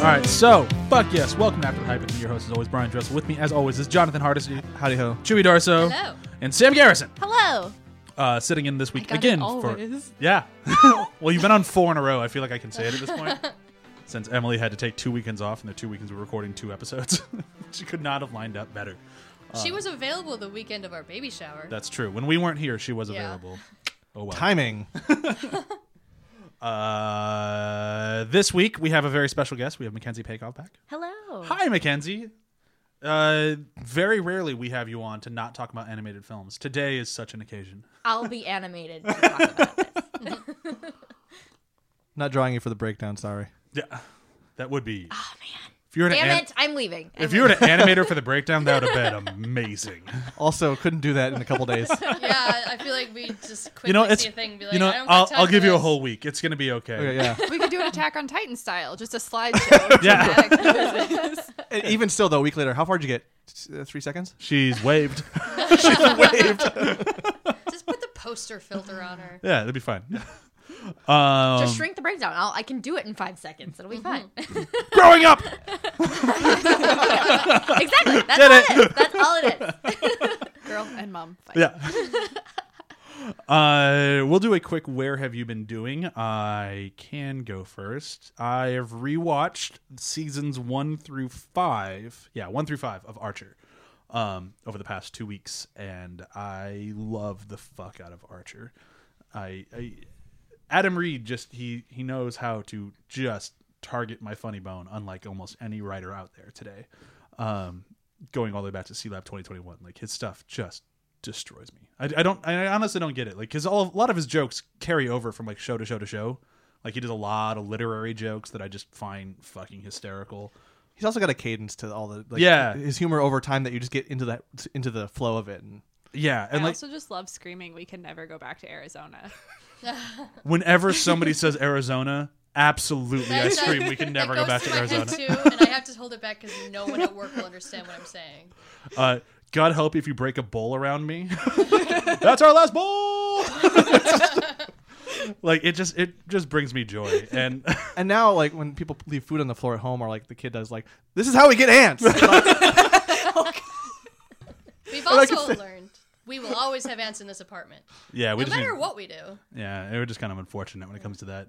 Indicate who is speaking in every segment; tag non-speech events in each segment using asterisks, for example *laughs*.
Speaker 1: All right, so fuck yes. Welcome to After the Hype. And your host is always Brian Dressel. With me, as always, is Jonathan Hardesty,
Speaker 2: Howdy ho.
Speaker 1: Chewy Darso,
Speaker 3: Hello.
Speaker 1: and Sam Garrison.
Speaker 3: Hello.
Speaker 1: Uh, sitting in this week
Speaker 3: got it
Speaker 1: again
Speaker 3: always.
Speaker 1: for yeah. *laughs* well, you've been on four in a row. I feel like I can say it at this point.
Speaker 3: *laughs*
Speaker 1: Since Emily had to take two weekends off, and the two weekends we were recording two episodes, *laughs* she could not have lined up better.
Speaker 3: she was available the weekend of our baby shower.
Speaker 1: That's true. When we weren't here, she was
Speaker 3: Yeah.
Speaker 1: available.
Speaker 3: *laughs*
Speaker 1: Oh well.
Speaker 2: Timing.
Speaker 1: Uh, this week we have a very special guest. We have Mackenzie Paykoff back.
Speaker 3: Hello.
Speaker 1: Hi, Mackenzie. Uh, very rarely we have you on to not talk about animated films. Today is such an occasion.
Speaker 3: I'll be
Speaker 1: *laughs*
Speaker 3: animated to talk about this.
Speaker 2: Not drawing you for the breakdown, sorry.
Speaker 1: Yeah, that would be. Oh man. If you were to
Speaker 3: Damn
Speaker 1: an-
Speaker 3: it, I'm leaving.
Speaker 1: if you were an animator for the breakdown, that would have been
Speaker 3: *laughs*
Speaker 1: amazing.
Speaker 2: Also, couldn't do that in a couple days.
Speaker 3: yeah, I feel like we just quickly
Speaker 1: You know, it's
Speaker 3: see a thing and be like,
Speaker 1: you know,
Speaker 3: I don't
Speaker 1: I'll,
Speaker 3: got time
Speaker 1: I'll
Speaker 3: for
Speaker 1: give you a
Speaker 3: this.
Speaker 1: whole week. It's gonna be okay.
Speaker 2: Okay, yeah.
Speaker 4: We could *laughs* do an Attack on Titan style, just a slideshow. of
Speaker 1: Yeah.
Speaker 4: dramatic noises.
Speaker 2: And even still, though, a week later, how far did you get? S- uh, Three seconds?
Speaker 1: She's *laughs*
Speaker 3: *laughs*
Speaker 1: waved.
Speaker 3: Just put the poster filter on
Speaker 1: *laughs*
Speaker 3: her.
Speaker 1: Yeah, that'd be fine. Um,
Speaker 5: Just shrink the breakdown. I'll, I can do it in five seconds. It'll be fine.
Speaker 1: growing up.
Speaker 5: *laughs* exactly. That's
Speaker 1: Did
Speaker 5: all
Speaker 1: it.
Speaker 5: it is. That's all it
Speaker 2: *laughs*
Speaker 5: is.
Speaker 4: Girl and mom fight.
Speaker 1: Yeah. uh, we'll do a quick where have you been doing? I can go first. I have rewatched seasons one through five. Yeah, one through five of Archer um, over the past two weeks, and I love the fuck out of Archer. I, I Adam Reed just he he knows how to just target my funny bone, unlike almost any writer out there today. Um, going all the way back to C Lab 2021, like his stuff just destroys me. I, I don't, I honestly don't get it. Like, because all a lot of his jokes carry over from like show to show to show. Like he does a lot of literary jokes that I just find fucking hysterical.
Speaker 2: He's also got a cadence to all the like,
Speaker 1: Yeah.
Speaker 2: his humor over time that you just get into that into the flow of it. And
Speaker 1: Yeah, and
Speaker 4: I
Speaker 1: like
Speaker 4: also just love screaming, we can never go back to Arizona.
Speaker 1: whenever
Speaker 3: *laughs*
Speaker 1: somebody says Arizona, absolutely I
Speaker 3: That- that- *laughs*
Speaker 1: scream. We can never go
Speaker 3: that goes
Speaker 1: back to
Speaker 3: through my head
Speaker 1: Arizona.
Speaker 3: Too, and I have to hold it back because no one at work will understand what I'm saying.
Speaker 1: Uh, God help if you break a bowl around me. *laughs* That's our last bowl. *laughs* like it just it just brings me joy and *laughs*
Speaker 2: and now, like when people leave food on the floor at home, or like the kid does, like this is how we get ants.
Speaker 3: We've
Speaker 2: Like I
Speaker 3: also
Speaker 2: said-
Speaker 3: learned we will always have ants in this apartment,
Speaker 1: yeah we
Speaker 3: no
Speaker 1: just
Speaker 3: matter
Speaker 1: need-
Speaker 3: what we do.
Speaker 1: yeah we're just kind of unfortunate when it comes to that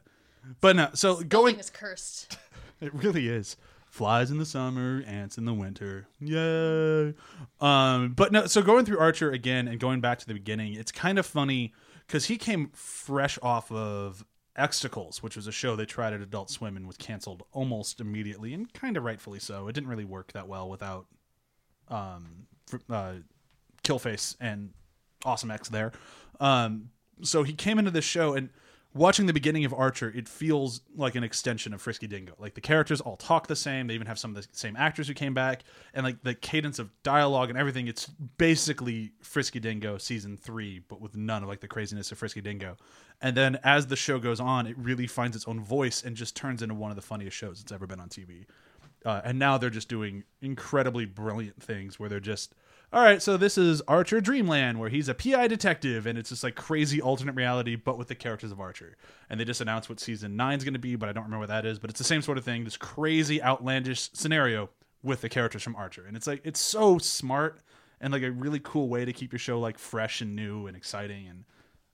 Speaker 1: but no so
Speaker 3: Going
Speaker 1: going
Speaker 3: is cursed.
Speaker 1: It really is. Flies in the summer, ants in the winter. Yay. Um, but no, so going through Archer again and going back to the beginning, it's kind of funny because he came fresh off of Extacles, which was a show they tried at Adult Swim and was canceled almost immediately, and kind of rightfully so. It didn't really work that well without um, fr- uh, Killface and Awesome X there. Um, so he came into this show and watching the beginning of Archer, it feels like an extension of Frisky Dingo. Like the characters all talk the same. They even have some of the same actors who came back, and like the cadence of dialogue and everything. It's basically Frisky Dingo season three, but with none of like the craziness of Frisky Dingo. And then as the show goes on, it really finds its own voice and just turns into one of the funniest shows that's ever been on TV uh, and now they're just doing incredibly brilliant things where they're just all right so this is archer dreamland where he's a pi detective and it's just like crazy alternate reality but with the characters of archer and they just announced what season nine's going to be but i don't remember what that is but it's the same sort of thing this crazy outlandish scenario with the characters from archer and it's like it's so smart and like a really cool way to keep your show like fresh and new and exciting and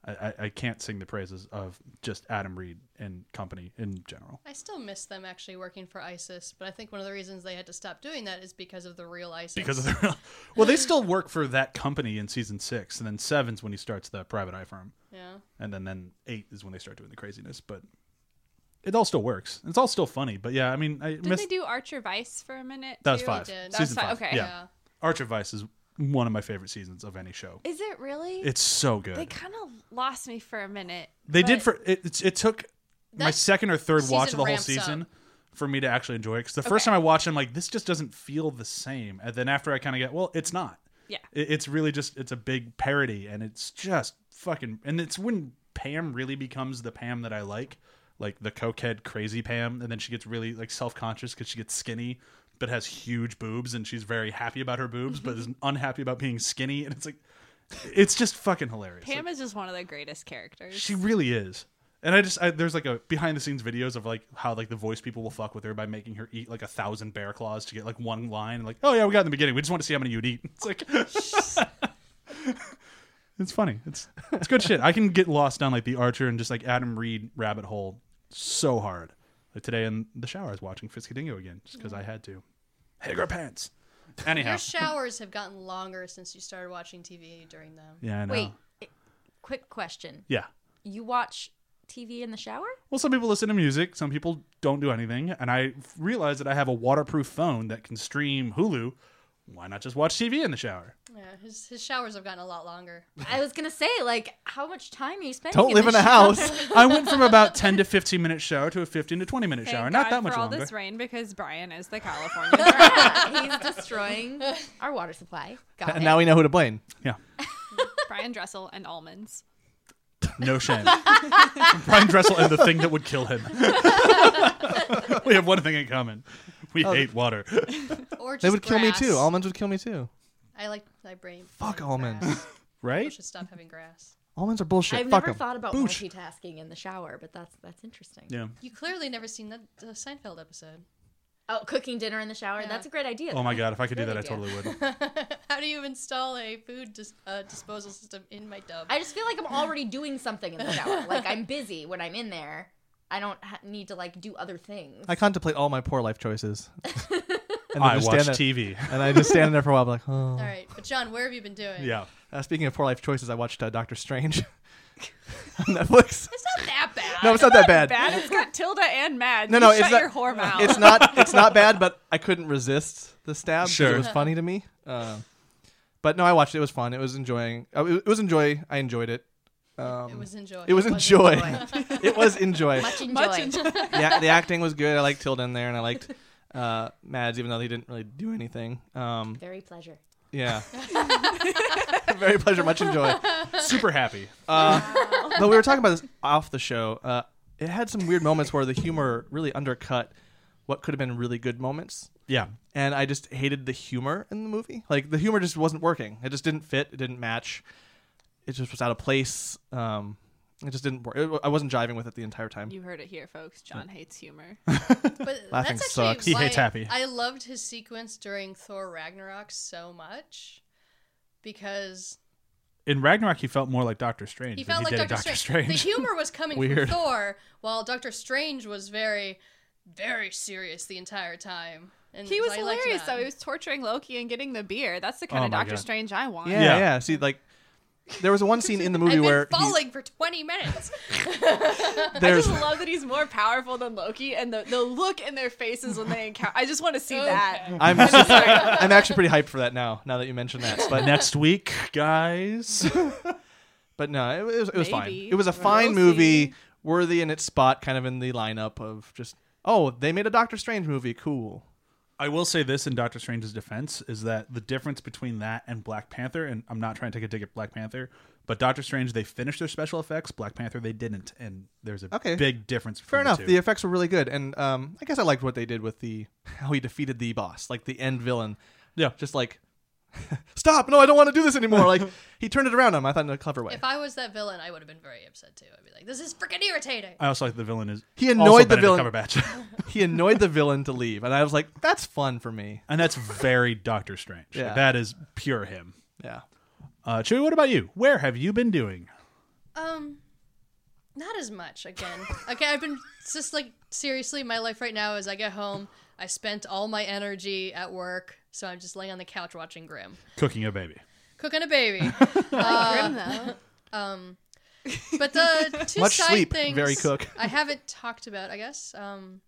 Speaker 1: I, I, I can't sing the praises of just adam reed and company in general
Speaker 3: I still miss them actually working for ISIS, but I think one of the reasons they had to stop doing that is because of the real ISIS.
Speaker 1: because of the *laughs* well they still work for that company in season six and then seven's when he starts the private eye firm
Speaker 3: yeah,
Speaker 1: and then then eight is when they start doing the craziness but it all still works it's all still funny but yeah i mean i
Speaker 4: Did
Speaker 1: missed
Speaker 4: they do Archer Vice for a minute?
Speaker 1: that was
Speaker 4: too?
Speaker 1: five season
Speaker 3: did.
Speaker 4: That's fi-
Speaker 1: five
Speaker 4: okay.
Speaker 1: yeah.
Speaker 3: Yeah.
Speaker 1: archer vice is one of my favorite seasons of any show
Speaker 4: Is it really?
Speaker 1: it's so good
Speaker 4: they
Speaker 1: they,
Speaker 4: kind of lost me for a minute.
Speaker 1: did
Speaker 4: but-
Speaker 1: for it, it, it took my
Speaker 3: That
Speaker 1: second or third watch of
Speaker 3: season
Speaker 1: the whole
Speaker 3: ramps
Speaker 1: season
Speaker 3: up.
Speaker 1: for me to actually enjoy it because the first
Speaker 4: Okay.
Speaker 1: time i watched it i'm like this just doesn't feel the same and then after i kind of get well it's not
Speaker 4: Yeah.
Speaker 1: It- it's really just it's a big parody and it's just fucking and it's when pam really becomes the pam that i like like the cokehead crazy pam and then she gets really like self-conscious because she gets skinny but has huge boobs and she's very happy about her boobs but
Speaker 3: *laughs*
Speaker 1: is unhappy about being skinny and it's like it's just fucking hilarious
Speaker 4: Pam is just one of the greatest characters.
Speaker 1: she really is. And I just I, there's like a behind the scenes videos of like how like the voice people will fuck with her by making her eat like a thousand bear claws to get like one line. And like, oh yeah, we got in the beginning. We just want to see how many you'd eat. *laughs* It's like, it's funny. It's it's good shit. I can get lost down like the Archer and just like Adam Reed rabbit hole so hard. Like today in the shower, I was watching Fiskadingo again just because I had to. Hey, girl, pants.
Speaker 2: *laughs*
Speaker 1: Anyhow,
Speaker 3: Your showers have gotten longer since you started watching TV during them.
Speaker 1: yeah, I know.
Speaker 5: Wait, i- quick question.
Speaker 1: Yeah.
Speaker 5: You watch TV in the shower?
Speaker 1: Well, some people listen to music, some people don't do anything, and I realized that I have a waterproof phone that can stream Hulu. Why not just watch TV in the shower?
Speaker 3: Yeah, his, his showers have gotten a lot *laughs* longer.
Speaker 5: I was gonna say, like, how much time are you spending?
Speaker 2: Don't live
Speaker 5: the
Speaker 2: in a
Speaker 5: shower?
Speaker 2: house.
Speaker 1: I went from about *laughs* 10 to 15 minute shower to a 15 to 20 minute shower.
Speaker 4: Thank
Speaker 1: Not
Speaker 4: God
Speaker 1: that much
Speaker 4: for all
Speaker 1: longer.
Speaker 4: this rain because Brian is the California. drought.
Speaker 5: *laughs* Yeah, he's destroying our water supply. Got
Speaker 2: And
Speaker 5: it.
Speaker 2: now we know who to blame.
Speaker 1: yeah.
Speaker 4: Brian Dressel and almonds.
Speaker 3: *laughs*
Speaker 1: No shame. Brian Dressel and the thing that would kill him. *laughs* we have one thing in common. We
Speaker 2: Oh,
Speaker 1: hate water.
Speaker 3: Or just
Speaker 2: They would kill me
Speaker 3: grass.
Speaker 2: too. Almonds would kill me too.
Speaker 3: I like I brain.
Speaker 2: Fuck
Speaker 3: like
Speaker 2: almonds.
Speaker 3: grass. I
Speaker 2: Oh,
Speaker 1: Right?
Speaker 3: should stop having grass.
Speaker 2: *laughs* Almonds are bullshit.
Speaker 5: I've
Speaker 2: Fuck
Speaker 5: never
Speaker 2: 'em.
Speaker 5: thought about
Speaker 2: Boosh.
Speaker 5: multitasking in the shower, but that's that's interesting.
Speaker 1: Yeah.
Speaker 3: You clearly never seen that uh, Seinfeld episode.
Speaker 5: Oh, cooking dinner in the shower.
Speaker 3: Yeah.
Speaker 5: That's a great idea.
Speaker 1: Oh my God. If I could do
Speaker 5: Good
Speaker 1: that, I
Speaker 5: idea.
Speaker 1: totally would.
Speaker 3: How do you install a food dis- uh, disposal system in my tub?
Speaker 5: I just feel like I'm already doing something in the *laughs* shower. Like I'm busy when I'm in there. I don't ha- need to like do other things.
Speaker 2: I contemplate all my poor life choices. and
Speaker 1: I
Speaker 2: just
Speaker 1: watch
Speaker 2: stand there-
Speaker 1: TV.
Speaker 2: And I just stand there for a while, like, oh.
Speaker 3: All right, but John, where have you been doing?
Speaker 1: *laughs* Yeah.
Speaker 2: Uh, speaking of poor life choices, I watched uh, Doctor Strange *laughs* on Netflix.
Speaker 5: it's not that bad.
Speaker 2: No, it's not that bad.
Speaker 4: Bad. It's got Tilda and Mad.
Speaker 2: No,
Speaker 4: No,
Speaker 2: no,
Speaker 4: no,
Speaker 2: it's
Speaker 4: shut
Speaker 2: not-
Speaker 4: your whore mouth.
Speaker 2: It's not. It's not bad, but I couldn't resist the stab. 'cause
Speaker 1: Sure.
Speaker 2: it was funny to me. Uh, but no, I watched it. It was fun. It was enjoying. Uh, it, it was enjoy. I enjoyed it. Um,
Speaker 3: It was enjoy.
Speaker 2: It was
Speaker 5: Much
Speaker 2: enjoy.
Speaker 5: enjoy.
Speaker 2: *laughs* it was enjoy. *laughs*
Speaker 5: Much enjoy.
Speaker 4: much. enjoy-
Speaker 2: yeah, the acting was good. I liked Tilda in there, and I liked uh, Mads, even though he didn't really do anything. Um,
Speaker 5: Very pleasure.
Speaker 2: yeah. *laughs* Very pleasure. Much enjoy.
Speaker 1: Super happy.
Speaker 2: Uh, though we were talking about this off the show, uh, it had some weird moments where the humor really undercut what could have been really good moments,
Speaker 1: Yeah.
Speaker 2: and I just hated the humor in the movie. Like the humor just wasn't working. It just didn't fit. It didn't match. It just was out of place. Um, it just didn't work. It, I wasn't jiving with it the entire time.
Speaker 4: you heard it here, folks. John hates humor.
Speaker 3: But
Speaker 2: Laughing
Speaker 3: that's actually
Speaker 2: sucks.
Speaker 1: He
Speaker 3: why
Speaker 1: hates happy.
Speaker 3: I loved his sequence during Thor Ragnarok so much because
Speaker 1: In Ragnarok, he felt more like Doctor Strange
Speaker 3: he
Speaker 1: than
Speaker 3: felt
Speaker 1: he
Speaker 3: like
Speaker 1: did
Speaker 3: Doctor,
Speaker 1: Doctor, Strange.
Speaker 3: Strange. The humor was coming
Speaker 2: Weird.
Speaker 3: from Thor, while Doctor Strange was very, very serious the entire time. And
Speaker 4: He was
Speaker 3: I liked
Speaker 4: hilarious
Speaker 3: that.
Speaker 4: though. He was torturing Loki and getting the beer. That's the kind
Speaker 1: Oh
Speaker 4: of
Speaker 1: my
Speaker 4: Doctor
Speaker 1: God.
Speaker 4: Strange I want.
Speaker 2: Yeah,
Speaker 1: Yeah.
Speaker 2: yeah, See, like there was one scene in
Speaker 4: *laughs*
Speaker 2: the movie
Speaker 3: I've
Speaker 2: where
Speaker 3: been
Speaker 2: he-
Speaker 3: falling for 20 minutes.
Speaker 4: I
Speaker 2: there's
Speaker 4: just love that he's more powerful than Loki, and the, the look in their faces when they encounter. I just want to see that. *laughs*
Speaker 2: I'm *laughs* I'm actually pretty hyped for that now. Now that you mention that,
Speaker 1: *laughs*
Speaker 2: but
Speaker 1: Next week, guys.
Speaker 2: but no, it, was it was fine.
Speaker 4: Maybe.
Speaker 2: It was a
Speaker 4: We'll
Speaker 2: fine
Speaker 4: see.
Speaker 2: movie, worthy in its spot, kind of in the lineup of just oh they made a Doctor Strange movie, cool.
Speaker 1: I will say this in Doctor Strange's defense is that the difference between that and Black Panther, and I'm not trying to take a dig at Black Panther, but Doctor Strange they finished their special effects. Black Panther they didn't, and there's a
Speaker 2: Okay.
Speaker 1: big difference.
Speaker 2: Fair
Speaker 1: between
Speaker 2: enough.
Speaker 1: The
Speaker 2: The
Speaker 1: two.
Speaker 2: effects were really good, and um, I guess I liked what they did with the *laughs* how he defeated the boss, like the end villain.
Speaker 1: Yeah.
Speaker 2: just like *laughs* stop. No, I don't want to do this anymore. *laughs* Like he turned it around on him. I thought in a clever way.
Speaker 3: if I was that villain, I would have been very upset too. I'd be like, this is freaking irritating.
Speaker 1: I also like the villain is
Speaker 2: He
Speaker 1: also
Speaker 2: annoyed the
Speaker 1: Benedict
Speaker 2: villain.
Speaker 1: Cumberbatch, *laughs*
Speaker 2: he annoyed the villain to leave, and I was like, that's fun for me.
Speaker 1: and that's very Doctor Strange.
Speaker 2: Yeah.
Speaker 1: That is pure him.
Speaker 2: Yeah.
Speaker 1: Uh, Chewie, what about you? Where have you been doing?
Speaker 3: Um, not as much *laughs* again. okay, I've been it's just like seriously, my life right now is I get home, I spent all my energy at work, so I'm just laying on the couch watching Grimm,
Speaker 1: Cooking a baby.
Speaker 3: cooking
Speaker 1: *laughs*
Speaker 3: a baby. Uh,
Speaker 4: Grim though.
Speaker 3: Um, but the two
Speaker 2: Much
Speaker 3: side
Speaker 2: sleep,
Speaker 3: things
Speaker 2: very cook.
Speaker 3: I haven't talked about. I guess. Um,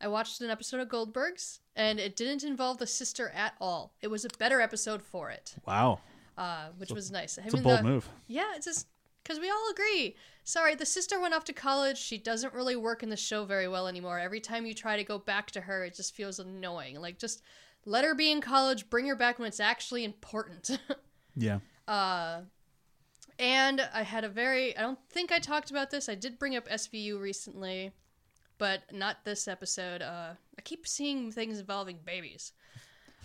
Speaker 3: I watched an episode of Goldberg's, and it didn't involve the sister at all. It was a better episode for it,
Speaker 1: Wow,
Speaker 3: uh, which was nice.
Speaker 1: it's a bold move.
Speaker 3: Yeah, it's just because we all agree. Sorry, the sister went off to college. She doesn't really work in the show very well anymore. Every time you try to go back to her, it just feels annoying. Like, just let her be in college, bring her back when it's actually important. *laughs*
Speaker 1: Yeah,
Speaker 3: and I had a very, I don't think I talked about this. I did bring up SVU recently, but not this episode. Uh, I keep seeing things involving babies.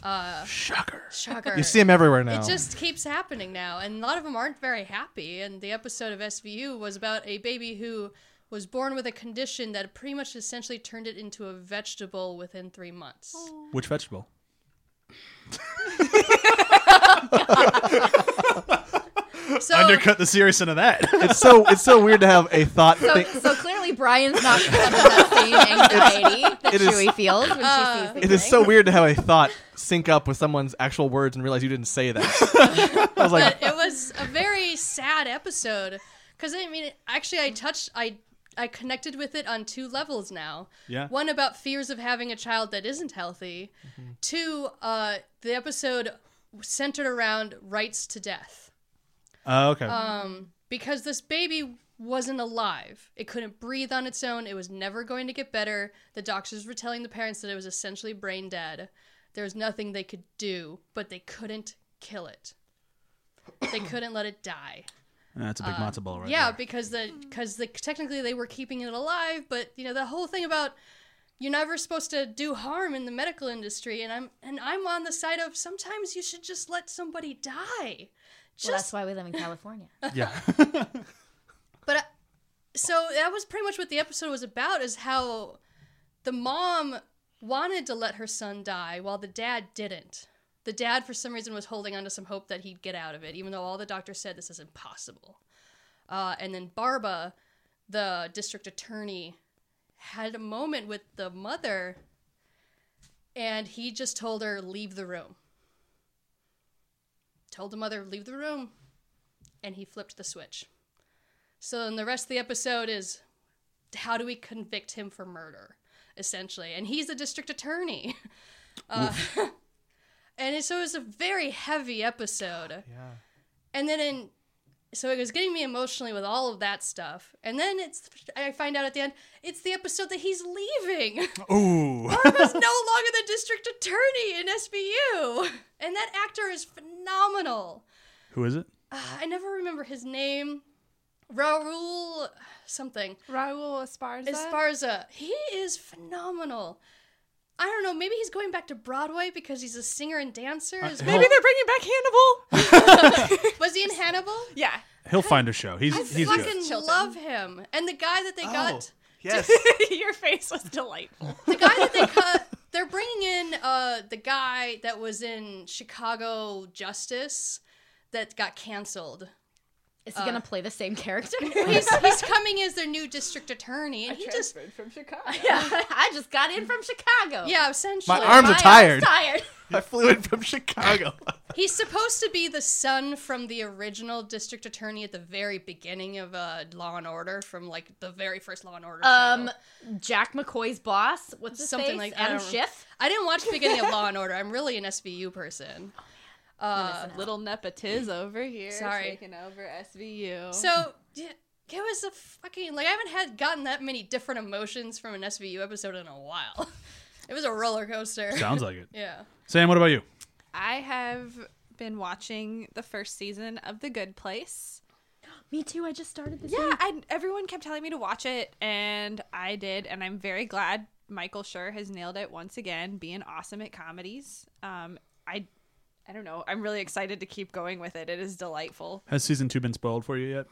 Speaker 3: Uh,
Speaker 1: Shocker.
Speaker 3: shocker.
Speaker 2: You see him everywhere now.
Speaker 3: It just keeps happening now, and a lot of them aren't very happy. And the episode of SVU was about a baby who was born with a condition that pretty much essentially turned it into a vegetable within three months.
Speaker 1: Which vegetable?
Speaker 3: So
Speaker 1: Undercut the serious into that.
Speaker 2: it's so
Speaker 3: *laughs*
Speaker 2: it's so weird to have a thought.
Speaker 5: So,
Speaker 2: thing.
Speaker 5: so clearly, Brian's not feeling that
Speaker 2: *laughs*
Speaker 5: same anxiety that
Speaker 2: it is- Uh,
Speaker 5: Chewie feels when she sees the
Speaker 2: It is
Speaker 5: thing.
Speaker 2: so weird to have a thought sync up with someone's actual words and realize you didn't say that. *laughs* I was like,
Speaker 3: but *laughs* it was a very sad episode because I mean, actually, I touched, I, I connected with it on two levels now.
Speaker 1: Yeah.
Speaker 3: One about fears of having a child that isn't healthy. Two, uh, the episode centered around rights to death.
Speaker 1: Oh, okay.
Speaker 3: Um, because this baby wasn't alive. It couldn't breathe on its own. It was never going to get better. The doctors were telling the parents that it was essentially brain dead. There was nothing they could do, but they couldn't kill it. They couldn't let it die.
Speaker 1: That's a big matzo ball, right?
Speaker 3: yeah,
Speaker 1: there.
Speaker 3: because the because the technically they were keeping it alive, but you know the whole thing about you're never supposed to do harm in the medical industry, and I'm and I'm on the side of sometimes you should just let somebody die. Just
Speaker 5: Well, that's why we live in California.
Speaker 1: yeah.
Speaker 3: But I, so that was pretty much what the episode was about is how the mom wanted to let her son die while the dad didn't. The dad for some reason was holding on to some hope that he'd get out of it even though all the doctors said this is impossible. Uh, and then Barba, the district attorney, had a moment with the mother and he just told her leave the room. Told the mother leave the room and he flipped the switch. So then the rest of the episode is how do we convict him for murder, essentially? And he's a district attorney. *laughs* Uh, and it- so it was a very heavy episode.
Speaker 2: yeah.
Speaker 3: And then in. So it was getting me emotionally with all of that stuff. And then it's I find out at the end, it's the episode that he's leaving. *laughs*
Speaker 1: Ooh.
Speaker 3: Barba's no longer the district attorney in SBU. And that actor is phenomenal.
Speaker 1: *laughs* Who is it?
Speaker 3: Uh, I never remember his name. Raul something.
Speaker 4: Raul Esparza.
Speaker 3: Esparza. He is phenomenal. I don't know. Maybe he's going back to Broadway because he's a singer and dancer. Is-
Speaker 4: Maybe they're bringing back Hannibal.
Speaker 3: was he in Hannibal?
Speaker 4: *laughs* yeah. *laughs*
Speaker 1: He'll find a show. He's he's
Speaker 3: I
Speaker 1: good.
Speaker 3: fucking
Speaker 4: Chilton.
Speaker 3: love him. And the guy that they got,
Speaker 2: yes.
Speaker 4: Your face was delightful.
Speaker 2: Oh.
Speaker 3: the guy that they cut, *laughs* they're bringing in uh, the guy that was in Chicago Justice that got canceled.
Speaker 5: Is he gonna play the same *laughs* character?
Speaker 3: He's, he's coming as their new district attorney, and he just
Speaker 4: from Chicago.
Speaker 5: I just got in from Chicago.
Speaker 3: yeah, essentially.
Speaker 2: My arms are
Speaker 5: My
Speaker 2: tired.
Speaker 5: tired.
Speaker 2: I flew in from Chicago.
Speaker 3: He's supposed to be the son from the original district attorney at the very beginning of uh, Law and Order, from like the very first Law and Order.
Speaker 5: Um,
Speaker 3: show.
Speaker 5: Jack McCoy's boss. What's his
Speaker 3: Something
Speaker 5: face?
Speaker 3: like- I
Speaker 5: Adam
Speaker 3: don't-
Speaker 5: Schiff.
Speaker 3: I didn't watch the beginning of Law and Order. I'm really an SVU person. Uh,
Speaker 4: Little nepotiz over here.
Speaker 3: Sorry.
Speaker 4: Taking over SVU.
Speaker 3: so yeah, it was a fucking like I haven't had gotten that many different emotions from an SVU episode in a while. *laughs* it was a roller coaster.
Speaker 1: *laughs* Sounds like it.
Speaker 3: *laughs* yeah.
Speaker 1: Sam, what about you?
Speaker 4: I have been watching the first season of The Good Place.
Speaker 5: Me too. I just started this.
Speaker 4: Yeah,
Speaker 1: Mm-hmm.
Speaker 4: I, everyone kept telling me to watch it, and I did, and I'm very glad Michael Schur has nailed it once again, being awesome at comedies. Um, I, I don't know. I'm really excited to keep going with it. It is delightful.
Speaker 1: Has season two been spoiled for you yet?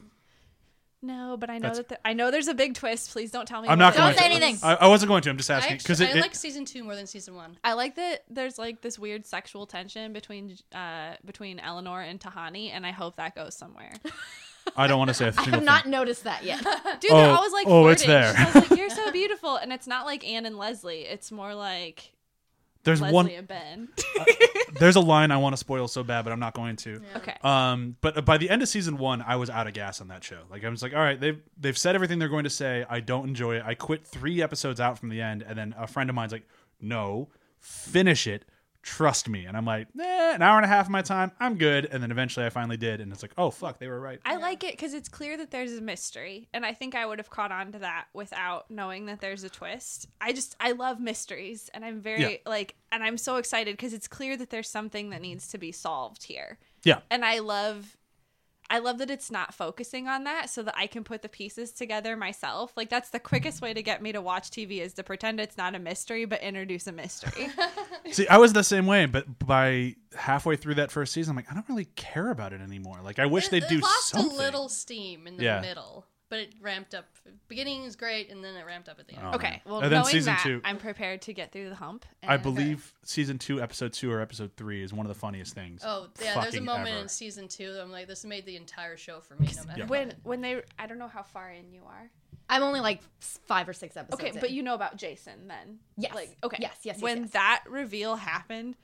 Speaker 4: No, but I know
Speaker 1: That's-
Speaker 4: that the, I know there's a big twist. Please don't tell me.
Speaker 1: I'm
Speaker 4: what
Speaker 1: not
Speaker 4: it
Speaker 5: Don't
Speaker 1: going
Speaker 4: is.
Speaker 5: say
Speaker 1: to.
Speaker 5: anything.
Speaker 1: I, I wasn't going to. I'm just
Speaker 3: I
Speaker 1: asking because
Speaker 3: actually,
Speaker 1: it,
Speaker 3: I
Speaker 1: it-
Speaker 3: like season two more than season one.
Speaker 4: I like that there's like this weird sexual tension between uh between Eleanor and Tahani, and I hope that goes
Speaker 1: *laughs*
Speaker 4: somewhere.
Speaker 1: I don't want to say a
Speaker 5: *laughs* I
Speaker 1: single
Speaker 5: have
Speaker 1: thing.
Speaker 5: not noticed that *laughs* yet.
Speaker 4: Dude,
Speaker 1: Oh,
Speaker 4: they're always like,
Speaker 1: oh, it's
Speaker 4: flirting.
Speaker 1: there.
Speaker 4: She's always like, you're
Speaker 1: *laughs*
Speaker 4: so beautiful, and it's not like Anne and Leslie. It's more like
Speaker 1: There's
Speaker 4: Leslie
Speaker 1: one.
Speaker 4: and
Speaker 1: *laughs*
Speaker 4: Ben.
Speaker 1: There's a line I want to spoil so bad, but I'm not going to.
Speaker 4: okay.
Speaker 1: Um, but by the end of season one, I was out of gas on that show. Like I was like, all right, they've they've said everything they're going to say. I don't enjoy it. I quit three episodes out from the end, and then a friend of mine's like, no, finish it. Trust me. And I'm like, eh, an hour and a half of my time, I'm good. And then eventually, I finally did, and it's like, oh fuck, they were right.
Speaker 4: I like it because it's clear that there's a mystery, and I think I would have caught on to that without knowing that there's a twist. I just I love mysteries, and I'm very
Speaker 1: Yeah.
Speaker 4: like, and I'm so excited because it's clear that there's something that needs to be solved here,
Speaker 1: yeah,
Speaker 4: and I love. I love that it's not focusing on that so that I can put the pieces together myself. Like that's the quickest way to get me to watch TV is to pretend it's not a mystery but introduce a mystery.
Speaker 1: See, I was the same way, but by halfway through that first season, I'm like, I don't really care about it anymore. Like, I wish
Speaker 3: It-
Speaker 1: they'd
Speaker 3: it
Speaker 1: do
Speaker 3: lost
Speaker 1: something.
Speaker 3: a little steam in the
Speaker 1: Yeah.
Speaker 3: middle, but it ramped up. Beginning is great, and then it ramped up at the end.
Speaker 1: Oh.
Speaker 4: *laughs* okay. Well,
Speaker 1: And then
Speaker 4: knowing
Speaker 1: season
Speaker 4: that,
Speaker 1: two.
Speaker 4: I'm prepared to get through the hump.
Speaker 1: I
Speaker 4: and-
Speaker 1: believe season two, episode two, or episode three is one of the funniest things.
Speaker 3: Oh yeah, there's a
Speaker 1: fucking
Speaker 3: moment
Speaker 1: ever.
Speaker 3: in season two that I'm like, this made the entire show for me. No matter
Speaker 1: Yeah.
Speaker 3: what.
Speaker 4: when when they I don't know how far in you are.
Speaker 5: I'm only like s- five or six episodes.
Speaker 4: Okay, but
Speaker 5: in.
Speaker 4: you know about Jason then.
Speaker 5: Yes.
Speaker 4: Like okay.
Speaker 5: Yes, yes, yes,
Speaker 4: When
Speaker 5: yes.
Speaker 4: that reveal happened,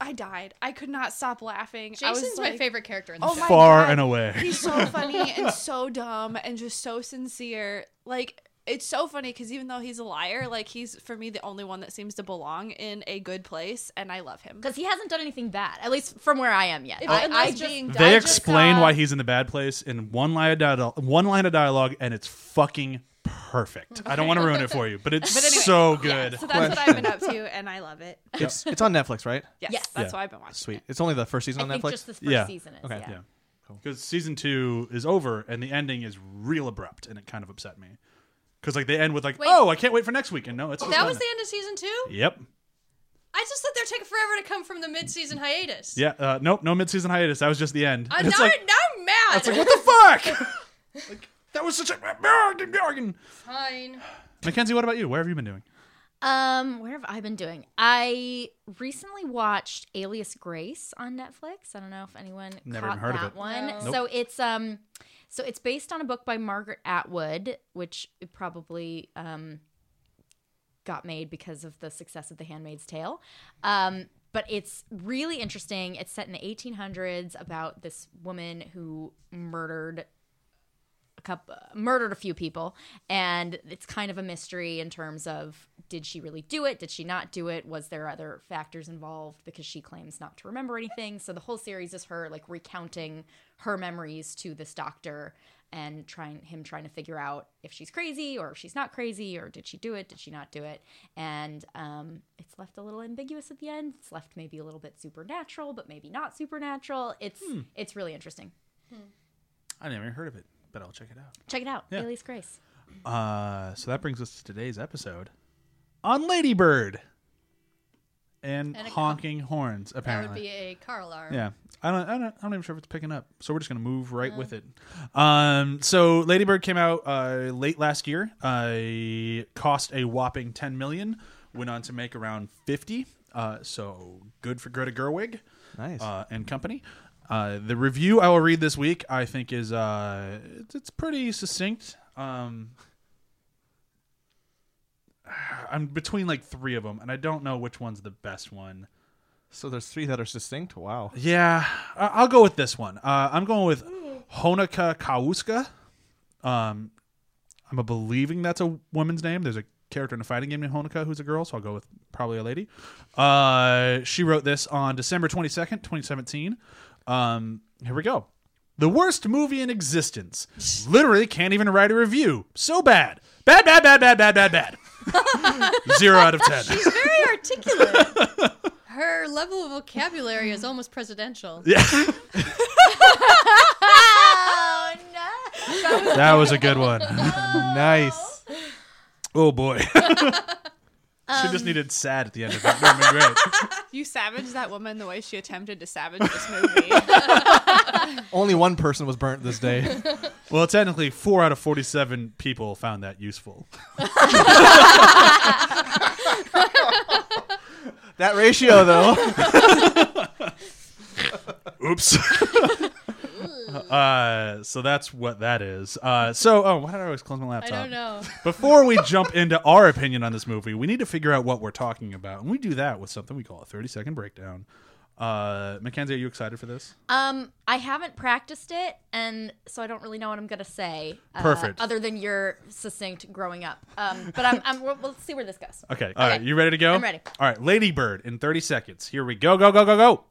Speaker 4: I died. I could not stop laughing. I was
Speaker 3: Jason's my
Speaker 4: like,
Speaker 3: favorite character in the
Speaker 4: Oh
Speaker 3: show.
Speaker 4: my
Speaker 1: Far
Speaker 4: God.
Speaker 1: and away.
Speaker 4: He's
Speaker 1: *laughs*
Speaker 4: so funny and so dumb and just so sincere. Like it's so funny because even though he's a liar, like he's for me the only one that seems to belong in a good place, and I love him.
Speaker 5: because he hasn't done anything bad, at least from where I am yet.
Speaker 2: Oh,
Speaker 4: It's-
Speaker 5: I,
Speaker 4: and
Speaker 5: I
Speaker 4: that's just-
Speaker 5: being
Speaker 1: They
Speaker 5: I just
Speaker 1: explain
Speaker 5: saw-
Speaker 1: why he's in the bad place in one line of dialogue, one line of dialogue, and it's fucking perfect. I don't want to ruin it for you, but it's
Speaker 4: But anyway,
Speaker 1: so
Speaker 4: Yeah,
Speaker 1: good.
Speaker 4: so that's what I've been up to, and I love it.
Speaker 2: It's it's on Netflix, right?
Speaker 4: Yes,
Speaker 5: *laughs* Yes.
Speaker 4: that's
Speaker 1: Yeah.
Speaker 4: why I've been watching.
Speaker 2: Sweet.
Speaker 4: it.
Speaker 2: It's only the first season
Speaker 5: I
Speaker 2: on
Speaker 5: think
Speaker 2: Netflix.
Speaker 5: just this first
Speaker 1: Yeah.
Speaker 5: season is.
Speaker 2: Okay.
Speaker 5: Yeah.
Speaker 1: yeah, because season two is over and the ending is real abrupt, and it kind of upset me. Because like they end with like,
Speaker 3: Wait. Oh,
Speaker 1: oh, I can't wait for next week, and no, it's just
Speaker 3: That
Speaker 1: done.
Speaker 3: was the end of season two.
Speaker 1: Yep.
Speaker 3: I just thought they were taking forever to come from the mid-season hiatus.
Speaker 1: Yeah. Uh, nope. No mid-season hiatus. That was just the end.
Speaker 3: I'm
Speaker 1: And it's
Speaker 3: now,
Speaker 1: like,
Speaker 3: now I'm mad.
Speaker 1: it's like what the fuck? like that was such a.
Speaker 3: *laughs* Fine.
Speaker 1: Mackenzie, what about you? Where have you been doing?
Speaker 5: Um, where have I been doing? I recently watched Alias Grace on Netflix. I don't know if anyone
Speaker 1: Never
Speaker 5: caught
Speaker 1: even heard of
Speaker 5: that
Speaker 1: it.
Speaker 5: one.
Speaker 3: No.
Speaker 5: So it's um, so it's based on a book by Margaret Atwood, which it probably um got made because of the success of The Handmaid's Tale. Um, but it's really interesting. It's set in the 1800s about this woman who murdered a couple, murdered a few people, and it's kind of a mystery in terms of did she really do it? Did she not do it? Was there other factors involved? Because she claims not to remember anything. So the whole series is her like recounting her memories to this doctor and trying him trying to figure out if she's crazy or if she's not crazy or did she do it? Did she not do it? And um, it's left a little ambiguous at the end. It's left maybe a little bit supernatural, but maybe not supernatural. It's it's really interesting.
Speaker 1: I never even heard of it, but I'll check it out.
Speaker 5: Check it out,
Speaker 1: Yeah.
Speaker 5: Alias Grace.
Speaker 1: Uh, so that brings us to today's episode on Ladybird and,
Speaker 3: And a
Speaker 1: honking horns.
Speaker 3: That would
Speaker 1: Apparently,
Speaker 3: be a car alarm.
Speaker 1: yeah. I don't, I don't. I'm not even sure if it's picking up. So we're just gonna move right with
Speaker 3: Uh-huh.
Speaker 1: it. Um. So Ladybird came out uh, late last year. Uh, cost a whopping 10 million. Went on to make around 50. Uh, so good for Greta Gerwig.
Speaker 2: Nice.
Speaker 1: uh, and company. Uh, the review I will read this week, I think, is uh, it's, it's pretty succinct. Um, I'm between like three of them, and I don't know which one's the best one.
Speaker 2: so there's three that are succinct. Wow.
Speaker 1: Yeah, I- I'll go with this one. Uh, I'm going with Honoka Kawuska. Um, I'm a believing that's a woman's name. There's a character in a fighting game named Honoka who's a girl, so I'll go with probably a lady. Uh, she wrote this on December 22nd, 2017. Um, here we go. The worst movie in existence. Literally can't even write a review. So bad. Bad, bad, bad, bad, bad, bad, bad. Zero out of ten.
Speaker 3: She's very articulate.
Speaker 1: *laughs*
Speaker 3: Her level of vocabulary is almost presidential.
Speaker 1: Yeah,
Speaker 5: Oh no!
Speaker 1: that was a good
Speaker 3: *laughs*
Speaker 1: one.
Speaker 2: Nice.
Speaker 1: Oh boy. she
Speaker 3: Um,
Speaker 1: just needed sad at the end of that. That would great.
Speaker 3: *laughs*
Speaker 4: You savage that woman the way she attempted to savage this movie.
Speaker 2: Only one person was burnt this day.
Speaker 1: Well, technically, four out of 47 people found that useful.
Speaker 2: that ratio, though.
Speaker 1: Oops. *laughs* uh, so that's what that is. Uh, so, oh, why did I always close my
Speaker 3: I
Speaker 1: laptop?
Speaker 3: don't know.
Speaker 1: Before we jump into our opinion on this movie, we need to figure out what we're talking about. And we do that with something we call a 30 second breakdown. Uh, Mackenzie, are you excited for this?
Speaker 5: Um, I haven't practiced it, and so I don't really know what I'm gonna say. uh,
Speaker 1: Perfect.
Speaker 5: other than your succinct growing up, um, but I'm. I'm we'll, we'll see where this goes.
Speaker 1: Okay. All right. You ready to go?
Speaker 5: I'm ready.
Speaker 1: All right. Ladybird in 30 seconds. Here we go, go, go, go, go.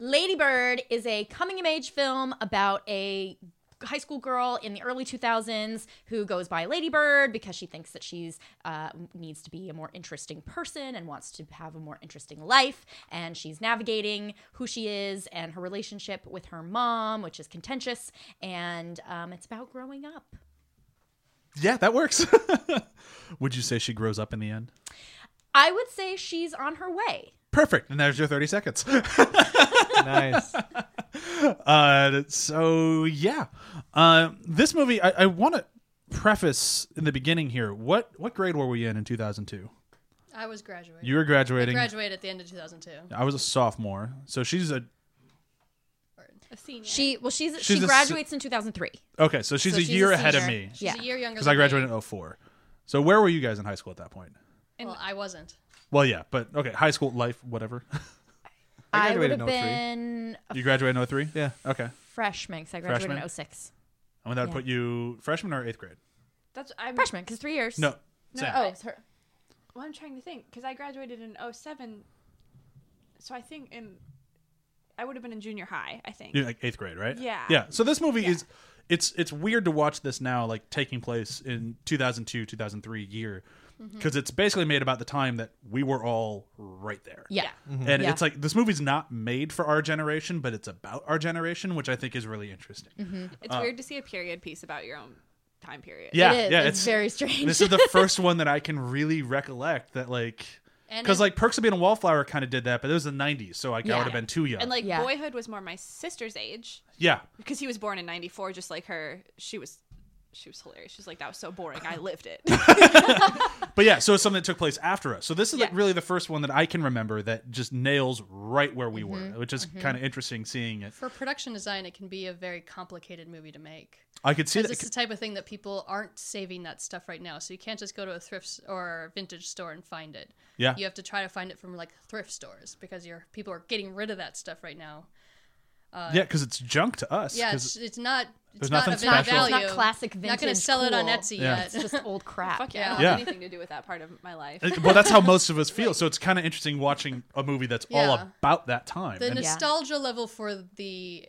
Speaker 5: Lady Bird is a coming of age film about a high school girl in the early 2000s who goes by Ladybird because she thinks that she's uh, needs to be a more interesting person and wants to have a more interesting life and she's navigating who she is and her relationship with her mom which is contentious and um, it's about growing up
Speaker 1: Yeah, that works. *laughs* Would you say she grows up in the end?
Speaker 5: i would say she's on her way
Speaker 1: Perfect. And there's your 30 seconds. *laughs*
Speaker 2: nice.
Speaker 1: uh, so yeah, uh, this movie I, I want to preface in the beginning here. What what grade were we in in 2002?
Speaker 3: I was graduating.
Speaker 1: You were graduating.
Speaker 3: graduated at the end of 2002.
Speaker 1: I was a sophomore, so she's a
Speaker 4: A senior.
Speaker 5: she well she's,
Speaker 1: She's a
Speaker 5: she
Speaker 1: s-
Speaker 5: graduates in 2003
Speaker 1: okay. So she's
Speaker 5: So
Speaker 1: a
Speaker 5: she's a
Speaker 1: year ahead of
Speaker 5: senior.
Speaker 1: me
Speaker 3: She's
Speaker 5: Yeah.
Speaker 3: a year younger
Speaker 1: because
Speaker 3: than
Speaker 1: I graduated
Speaker 3: Me.
Speaker 1: in 04. So where were you guys in high school at that point?
Speaker 3: Well, I wasn't.
Speaker 1: Well, yeah, but okay, high school life, whatever.
Speaker 2: I
Speaker 5: i, would
Speaker 2: graduated
Speaker 5: have
Speaker 1: oh
Speaker 2: in 03.
Speaker 5: been a
Speaker 1: you graduated in 03?
Speaker 2: Yeah.
Speaker 1: Okay.
Speaker 5: freshman because i graduated
Speaker 1: Freshman?
Speaker 5: in 06
Speaker 1: I mean, that would
Speaker 5: Yeah.
Speaker 1: put you freshman or eighth grade?
Speaker 4: *laughs* That's I'm.
Speaker 5: freshman because three years
Speaker 1: No.
Speaker 4: No,
Speaker 1: Sam.
Speaker 5: oh it's her
Speaker 4: Well, I'm trying to think because I graduated in 07. so I think in I would have been in junior high. I think.
Speaker 1: You're like eighth grade, right?
Speaker 4: Yeah.
Speaker 1: Yeah. So this movie
Speaker 4: Yeah.
Speaker 1: is it's it's weird to watch this now, like taking place in 2002, 2003 year,
Speaker 5: Mm-hmm.
Speaker 1: because it's basically made about the time that we were all right there.
Speaker 5: yeah,
Speaker 1: And
Speaker 5: Yeah.
Speaker 1: it's like this movie's not made for our generation, but it's about our generation, which I think is really interesting.
Speaker 5: Mm-hmm.
Speaker 4: It's weird to see a period piece about your own time period.
Speaker 1: uh, Yeah,
Speaker 5: it is
Speaker 1: yeah.
Speaker 5: it's,
Speaker 1: It's
Speaker 5: very
Speaker 1: *laughs*
Speaker 5: strange *laughs*
Speaker 1: this is the first one that I can really recollect that like
Speaker 3: And
Speaker 1: because
Speaker 3: it-
Speaker 1: like Perks of Being a Wallflower kind of did that, but it was the 90s, so like I
Speaker 5: Yeah.
Speaker 1: would have been too young.
Speaker 4: And like
Speaker 5: Yeah.
Speaker 4: boyhood was more my sister's age
Speaker 1: yeah,
Speaker 4: because he was born in 94 just like her. She was she was hilarious. She was like that was so boring. I lived it.
Speaker 1: But yeah, so it's something that took place after us. So this is like
Speaker 4: Yeah.
Speaker 1: really the first one that I can remember that just nails right where we
Speaker 3: Mm-hmm.
Speaker 1: were, which is kind of interesting seeing it.
Speaker 3: For production design, it can be a very complicated movie to make.
Speaker 1: I could see
Speaker 3: Because
Speaker 1: that.
Speaker 3: it's the type of thing that people aren't saving that stuff right now. So you can't just go to a thrift s- or vintage store and find it.
Speaker 1: Yeah.
Speaker 3: You have to try to find it from like thrift stores because your people are getting rid of that stuff right now.
Speaker 1: yeah, because it's junk to us.
Speaker 3: uh, Yeah,
Speaker 1: 'cause-
Speaker 3: it's, it's not. It's
Speaker 1: there's
Speaker 3: not
Speaker 1: nothing
Speaker 3: of any
Speaker 1: special. It's
Speaker 3: value.
Speaker 5: not classic
Speaker 3: Not gonna
Speaker 5: vintage
Speaker 3: sell it on
Speaker 5: cool.
Speaker 3: Etsy
Speaker 1: Yeah.
Speaker 3: yet.
Speaker 5: it's just old
Speaker 4: *laughs*
Speaker 5: crap
Speaker 4: Fuck yeah. I don't
Speaker 1: Yeah.
Speaker 4: have anything to do with that part of my
Speaker 1: *laughs*
Speaker 4: life.
Speaker 1: it- well, that's how most of us feel. So it's kind of interesting watching a movie that's all
Speaker 3: Yeah.
Speaker 1: about that time.
Speaker 3: the
Speaker 1: And
Speaker 5: Yeah.
Speaker 3: nostalgia level for the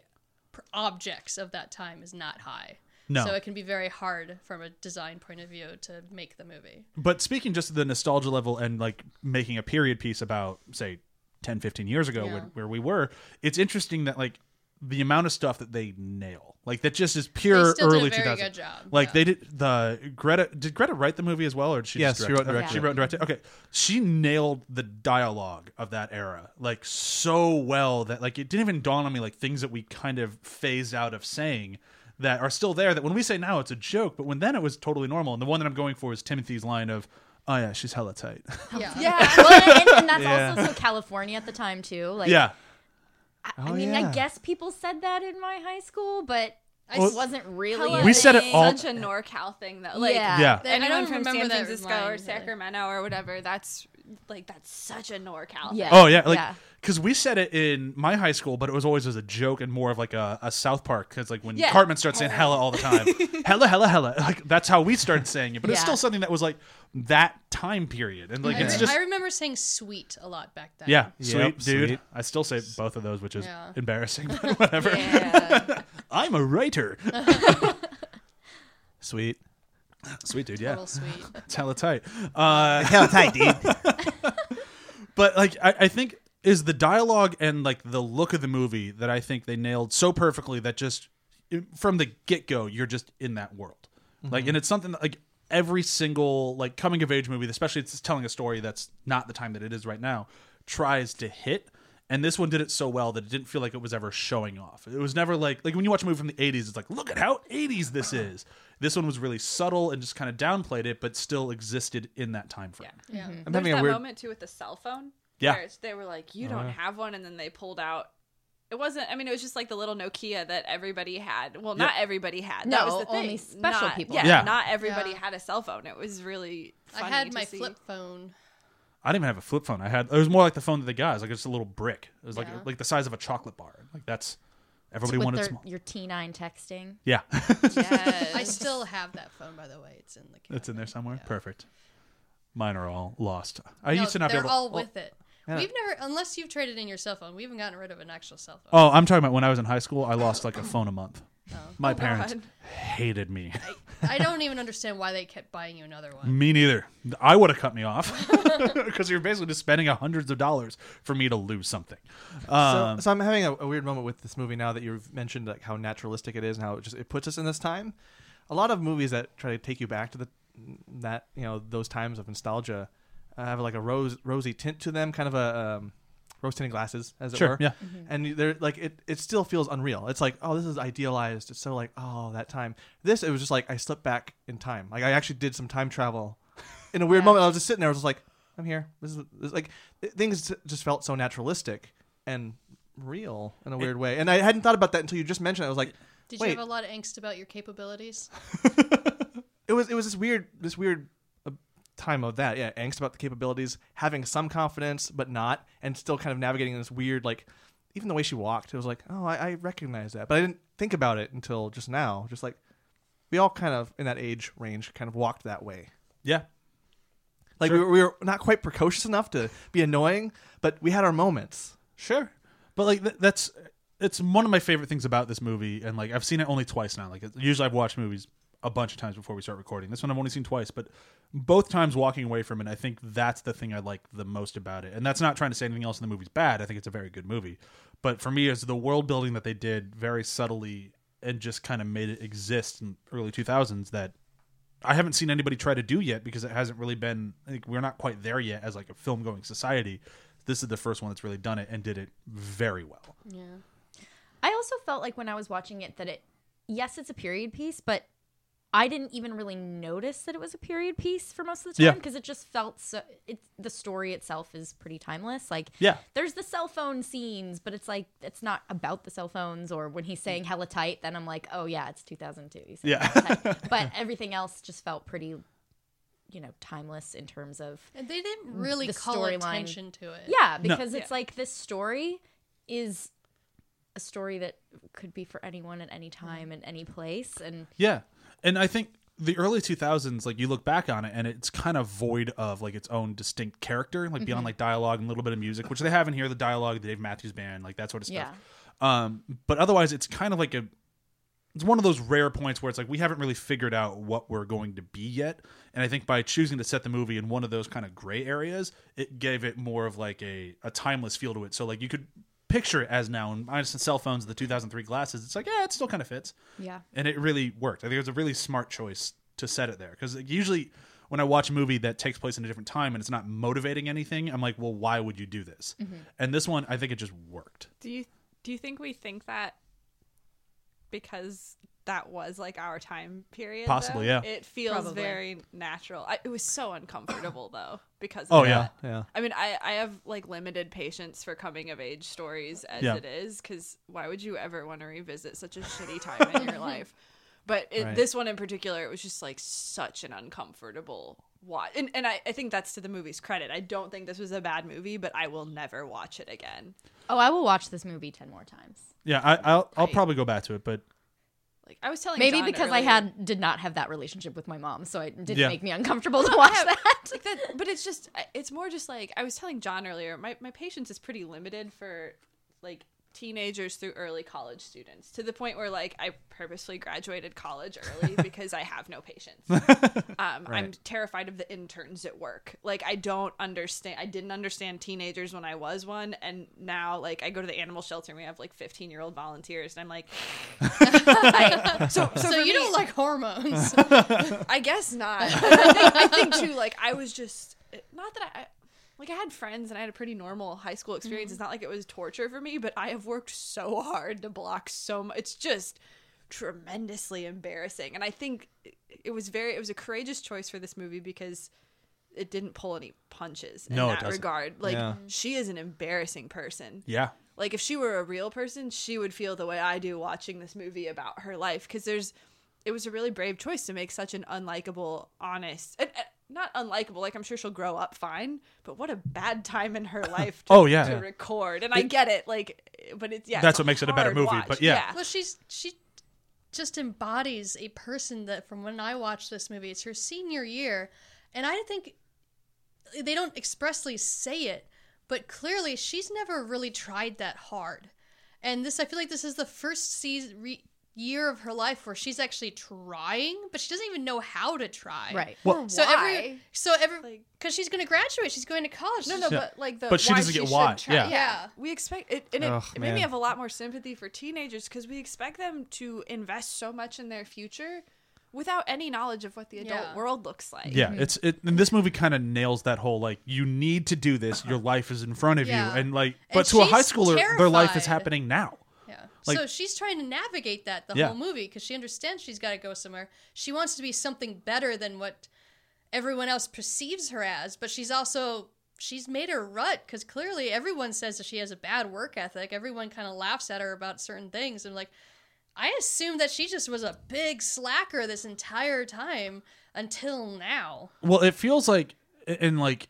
Speaker 3: pr- objects of that time is not high.
Speaker 1: No.
Speaker 3: So it can be very hard from a design point of view to make the movie.
Speaker 1: But speaking just of the nostalgia level and like making a period piece about, say, 10, 15 years ago
Speaker 3: Yeah.
Speaker 1: when, where we were, it's interesting that like the amount of stuff that they nail, like that just is pure
Speaker 3: They still did a
Speaker 1: early
Speaker 3: very
Speaker 1: 2000s.
Speaker 3: good job,
Speaker 1: Like
Speaker 3: yeah.
Speaker 1: they did the Greta, did Greta write the movie as well? Or did she
Speaker 2: Yes,
Speaker 1: just
Speaker 2: she wrote and directed
Speaker 1: direct- She
Speaker 2: it.
Speaker 1: wrote and directed. Okay. She nailed the dialogue of that era like so well that like it didn't even dawn on me like things that we kind of phased out of saying that are still there that when we say now it's a joke, but when then it was totally normal. And the one that I'm going for is Timothy's line of, oh yeah, she's hella tight. *laughs*
Speaker 3: Yeah.
Speaker 5: Oh, yeah *laughs* well, and, and that's
Speaker 2: Yeah.
Speaker 5: also so california at the time too like
Speaker 1: yeah.
Speaker 5: I
Speaker 2: Oh,
Speaker 5: mean,
Speaker 2: yeah.
Speaker 5: I guess people said that in my high school, but I
Speaker 1: Well,
Speaker 5: wasn't really.
Speaker 4: Hello,
Speaker 5: a
Speaker 1: We said it
Speaker 5: thing.
Speaker 1: all-
Speaker 4: Such a NorCal thing though. Like
Speaker 5: Yeah.
Speaker 1: Yeah.
Speaker 3: That- I
Speaker 4: anyone
Speaker 3: don't
Speaker 4: from San
Speaker 3: remember that
Speaker 4: Francisco
Speaker 3: line,
Speaker 4: or
Speaker 3: really.
Speaker 4: Sacramento or whatever, that's like that's such a NorCal.
Speaker 5: Yeah.
Speaker 1: Oh yeah, like
Speaker 5: yeah.
Speaker 1: because we said it in my high school, but it was always as a joke and more of like a, a South Park because like when
Speaker 4: Yeah.
Speaker 1: Cartman starts saying hella all the time, hella hella hella, *laughs* like that's how we started saying it. But it's
Speaker 5: Yeah.
Speaker 1: still something that was like that time period, and like
Speaker 3: I,
Speaker 1: it's
Speaker 3: re-
Speaker 1: just
Speaker 3: I remember saying sweet a lot back then.
Speaker 1: yeah,
Speaker 2: Yep,
Speaker 1: sweet dude.
Speaker 2: sweet.
Speaker 1: I still say both of those, which is
Speaker 3: Yeah.
Speaker 1: embarrassing, *laughs* but whatever.
Speaker 4: Yeah.
Speaker 1: I'm a writer,
Speaker 2: Sweet. *laughs*
Speaker 1: sweet dude. Yeah,
Speaker 3: Total
Speaker 4: *laughs*
Speaker 3: sweet.
Speaker 1: it's hella tight. Uh,
Speaker 2: Hell tight, dude.
Speaker 1: but like I, I think is the dialogue and like the look of the movie that I think they nailed so perfectly that just from the get go you're just in that world, like and it's something that, like every single like coming of age movie, especially if it's telling a story that's not the time that it is right now, tries to hit. And this one did it so well that it didn't feel like it was ever showing off. It was never like like when you watch a movie from the 80s, it's like, look at how 80s this is. This one was really subtle and just kind of downplayed it, but still existed in that time frame.
Speaker 3: Yeah.
Speaker 2: I'm
Speaker 4: There's
Speaker 2: having
Speaker 4: that
Speaker 2: a weird.
Speaker 4: moment too with the cell phone.
Speaker 1: Yeah. Oh,
Speaker 4: Where it's- they were like, "You don't have one," and then they pulled out. It wasn't. I mean, it was just like the little Nokia that everybody had. Well, not everybody had. that
Speaker 5: No,
Speaker 4: was the thing.
Speaker 5: only special
Speaker 4: Not-
Speaker 5: people.
Speaker 4: Yeah,
Speaker 1: Yeah.
Speaker 4: Not everybody
Speaker 3: Yeah.
Speaker 4: had a cell phone. It was really.
Speaker 3: I
Speaker 4: Funny
Speaker 3: had
Speaker 4: to
Speaker 3: my
Speaker 4: see.
Speaker 3: flip phone.
Speaker 1: I didn't even have a flip phone. I had it was more like the phone that the guys like it's a little brick. It was like
Speaker 3: Yeah.
Speaker 1: like the size of a chocolate bar. Like that's everybody
Speaker 5: With
Speaker 1: wanted
Speaker 5: their,
Speaker 1: small.
Speaker 5: your T9 texting.
Speaker 1: Yeah, *laughs*
Speaker 4: *laughs* Yes.
Speaker 3: I still have that phone, by the way. It's
Speaker 1: *laughs*
Speaker 3: in the. Cabinet.
Speaker 1: it's in there somewhere. Perfect. Mine are all lost. I
Speaker 3: No,
Speaker 1: used to not be
Speaker 3: they're
Speaker 1: able.
Speaker 3: all
Speaker 1: oh,
Speaker 3: with it. We've never, unless you've traded in your cell phone, we haven't gotten rid of an actual cell phone. *coughs*
Speaker 1: oh, I'm talking about when I was in high school. I lost like a phone a month. My parents
Speaker 4: God.
Speaker 1: hated me. Oh.
Speaker 3: I don't even understand why they kept buying you another
Speaker 1: *laughs*
Speaker 3: one.
Speaker 1: Me neither. I would have cut me
Speaker 3: *laughs*
Speaker 1: off *laughs* because you're basically just spending hundreds of dollars for me to lose something. Um,
Speaker 2: so, so I'm having a, a weird moment with this movie now that you've mentioned like how naturalistic it is and how it just it puts us in this time. A lot of movies that try to take you back to the that you know those times of nostalgia uh, have like a rose rosy tint to them, kind of a um, rose tinted glasses, as it
Speaker 1: Sure,
Speaker 2: were.
Speaker 1: yeah.
Speaker 3: Mm-hmm.
Speaker 2: And they're like it. It still feels unreal. It's like oh, this is idealized. It's so like oh that time. This it was just like I slipped back in time. Like I actually did some time travel in
Speaker 3: *laughs*
Speaker 2: a weird
Speaker 4: Yeah.
Speaker 2: moment. I was just sitting there. I was just like, I'm here. This is this, like th- things just felt so naturalistic and real in a weird way. And I hadn't thought about that until you just mentioned. It. I was like,
Speaker 3: Did
Speaker 2: wait,
Speaker 3: you have a lot of angst about your
Speaker 4: *sighs*
Speaker 3: capabilities?
Speaker 2: it was it was this weird this weird uh, time of that. Yeah, angst about the capabilities, having some confidence but not, and still kind of navigating this weird like. Even the way she walked, it was like, oh, I, I recognize that, but I didn't think about it until just now. Just like we all kind of in that age range kind of walked that way.
Speaker 1: yeah.
Speaker 2: Like we, were, we were not quite precocious enough to be annoying, but we had our moments.
Speaker 1: Sure, but like th- that's it's one of my favorite things about this movie, and like I've seen it only twice now. Like it- usually I've watched movies a bunch of times before we start recording. This one I've only seen twice, but both times walking away from it, I think that's the thing I like the most about it. And that's not trying to say anything else in the movie's bad. I think it's a very good movie, but for me, it's the world building that they did very subtly and just kind of made it exist in early two thousands that I haven't seen anybody try to do yet because it hasn't really been like we're not quite there yet as like a film going society. This is the first one that's really done it and did it very well.
Speaker 3: Yeah.
Speaker 5: I also felt like when I was watching it that it, yes, it's a period piece, but I didn't even really notice that it was a period piece for most of the
Speaker 1: Yeah.
Speaker 5: time because it just felt so. It the story itself is pretty timeless. Like
Speaker 1: Yeah.
Speaker 5: there's the cell phone scenes, but it's like it's not about the cell phones. Or when he's saying hella tight, then I'm like, oh yeah, it's 2002. He's saying
Speaker 1: Yeah.
Speaker 5: hella
Speaker 1: *laughs*
Speaker 5: tight. but everything else just felt pretty, you know, timeless in terms of
Speaker 3: And they didn't really
Speaker 5: The
Speaker 3: call
Speaker 5: storyline.
Speaker 3: attention to it.
Speaker 5: yeah, because it's like this story is a story that could be for anyone at any time in any place, and
Speaker 1: Yeah. And I think the early 2000s, like you look back on it and it's kind of void of like its own distinct character, like beyond like dialogue and a little bit of music, which they have in here the dialogue, the Dave Matthews band, like that sort of stuff.
Speaker 5: Yeah.
Speaker 1: Um, but otherwise, it's kind of like a. It's one of those rare points where it's like we haven't really figured out what we're going to be yet, and I think by choosing to set the movie in one of those kind of gray areas, it gave it more of like a a timeless feel to it. So like you could picture it as now, and minus the cell phones, the 2003 glasses, it's like yeah, it still kind of fits
Speaker 5: yeah,
Speaker 1: and it really worked. I think it was a really smart choice to set it there because usually when I watch a movie that takes place in a different time and it's not motivating anything, I'm like, well, why would you do this?
Speaker 6: Mm-hmm.
Speaker 1: And this one, I think it just worked.
Speaker 4: Do you do you think we think that because that was like our time period?
Speaker 1: Possibly,
Speaker 4: though?
Speaker 1: yeah.
Speaker 4: It feels
Speaker 5: Probably.
Speaker 4: very natural. I, it was so uncomfortable though because.
Speaker 1: Oh,
Speaker 4: of
Speaker 1: yeah.
Speaker 4: that.
Speaker 2: Yeah.
Speaker 4: I mean, I, I have like limited patience for coming of age stories as
Speaker 1: Yeah.
Speaker 4: it is, because why would you ever want to revisit such a shitty time in your life? But it,
Speaker 2: Right.
Speaker 4: this one in particular, it was just like such an uncomfortable watch. And, and I, I think that's to the movie's credit. I don't think this was a bad movie, but I will never watch it again.
Speaker 5: Oh, I will watch this movie ten more times.
Speaker 1: Yeah, I, I'll, I'll
Speaker 4: Right.
Speaker 1: probably go back to it, but
Speaker 4: Like I was telling
Speaker 5: Maybe
Speaker 4: John
Speaker 5: because I
Speaker 4: earlier-
Speaker 5: had did not have that relationship with my mom, so it didn't
Speaker 1: Yeah.
Speaker 5: make me uncomfortable to watch
Speaker 4: Yeah,
Speaker 5: *laughs* that.
Speaker 4: like that- but it's just I- it's more just like i was telling john earlier my, my patience is pretty limited for like teenagers through early college students to the point where like i purposely graduated college
Speaker 5: *laughs*
Speaker 4: early because i have no patience um, i'm terrified of the interns at work like i don't understand i didn't understand teenagers when i was one and now like i go to the animal shelter and we have like 15 year old volunteers and i'm
Speaker 5: *laughs*
Speaker 4: like *laughs* I- so, so,
Speaker 3: So,
Speaker 4: for
Speaker 3: you
Speaker 4: me-
Speaker 3: don't
Speaker 1: *laughs*
Speaker 3: like hormones.
Speaker 4: I guess not. I, think, I think too. Like I was just not that I. I- Like I had friends and I had a pretty normal high school experience. It's not like it was torture for me, but I have worked so hard to block so much. It's just tremendously embarrassing, and I think it- it was very. It was a courageous choice for this movie because it didn't pull any punches in
Speaker 1: No, it
Speaker 4: that
Speaker 1: doesn't.
Speaker 4: regard. Like
Speaker 2: Yeah.
Speaker 4: she is an embarrassing person.
Speaker 1: yeah,
Speaker 4: Like if she were a real person, she would feel the way I do watching this movie about her life because there's it was a really brave choice to make such an unlikable, honest and, and not unlikable. Like I'm sure she'll grow up fine, but what a bad time in her life. To,
Speaker 1: Oh, yeah.
Speaker 4: to
Speaker 1: Yeah.
Speaker 4: record, and I get it. Like, but it's yeah.
Speaker 1: That's
Speaker 4: it's
Speaker 1: what makes it a better
Speaker 4: hard
Speaker 1: movie,
Speaker 4: watch.
Speaker 1: but yeah.
Speaker 3: well, she's she just embodies a person that from when I watched this movie, it's her senior year, and I think they don't expressly say it, but clearly she's never really tried that hard. And this, I feel like this is the first season. Re- year of her life where she's actually trying, but she doesn't even know how to try.
Speaker 5: Right.
Speaker 1: Well-
Speaker 3: So every
Speaker 6: Why?
Speaker 3: so every
Speaker 6: Like-
Speaker 3: because she's gonna graduate, she's going to college.
Speaker 6: No, no,
Speaker 1: Yeah.
Speaker 6: but like the
Speaker 1: But she
Speaker 6: why
Speaker 1: doesn't get
Speaker 6: should
Speaker 1: why,
Speaker 6: try-
Speaker 1: yeah.
Speaker 6: we expect it, and it,
Speaker 2: Ugh,
Speaker 6: it made
Speaker 2: man.
Speaker 6: me have
Speaker 4: have a lot more sympathy for teenagers because we expect them to invest so much in their future without any knowledge of what the adult
Speaker 3: Yeah.
Speaker 4: world looks like.
Speaker 1: Yeah, it's it. And this movie kind of nails that whole like you need to do this. Your life is in front of
Speaker 3: Yeah.
Speaker 1: you, and like,
Speaker 3: And
Speaker 1: but to a
Speaker 3: she's
Speaker 1: high schooler, their life is
Speaker 3: terrified.
Speaker 1: happening now.
Speaker 3: Yeah.
Speaker 1: Like-
Speaker 3: so she's trying to navigate that the
Speaker 1: Yeah.
Speaker 3: whole movie because she understands she's got to go somewhere. She wants to be something better than what everyone else perceives her as, but she's also she's made her rut because clearly everyone says that she has a bad work ethic. Everyone kind of laughs at her about certain things and like. I assume that she just was a big slacker this entire time until now.
Speaker 1: Well, it feels like, and like,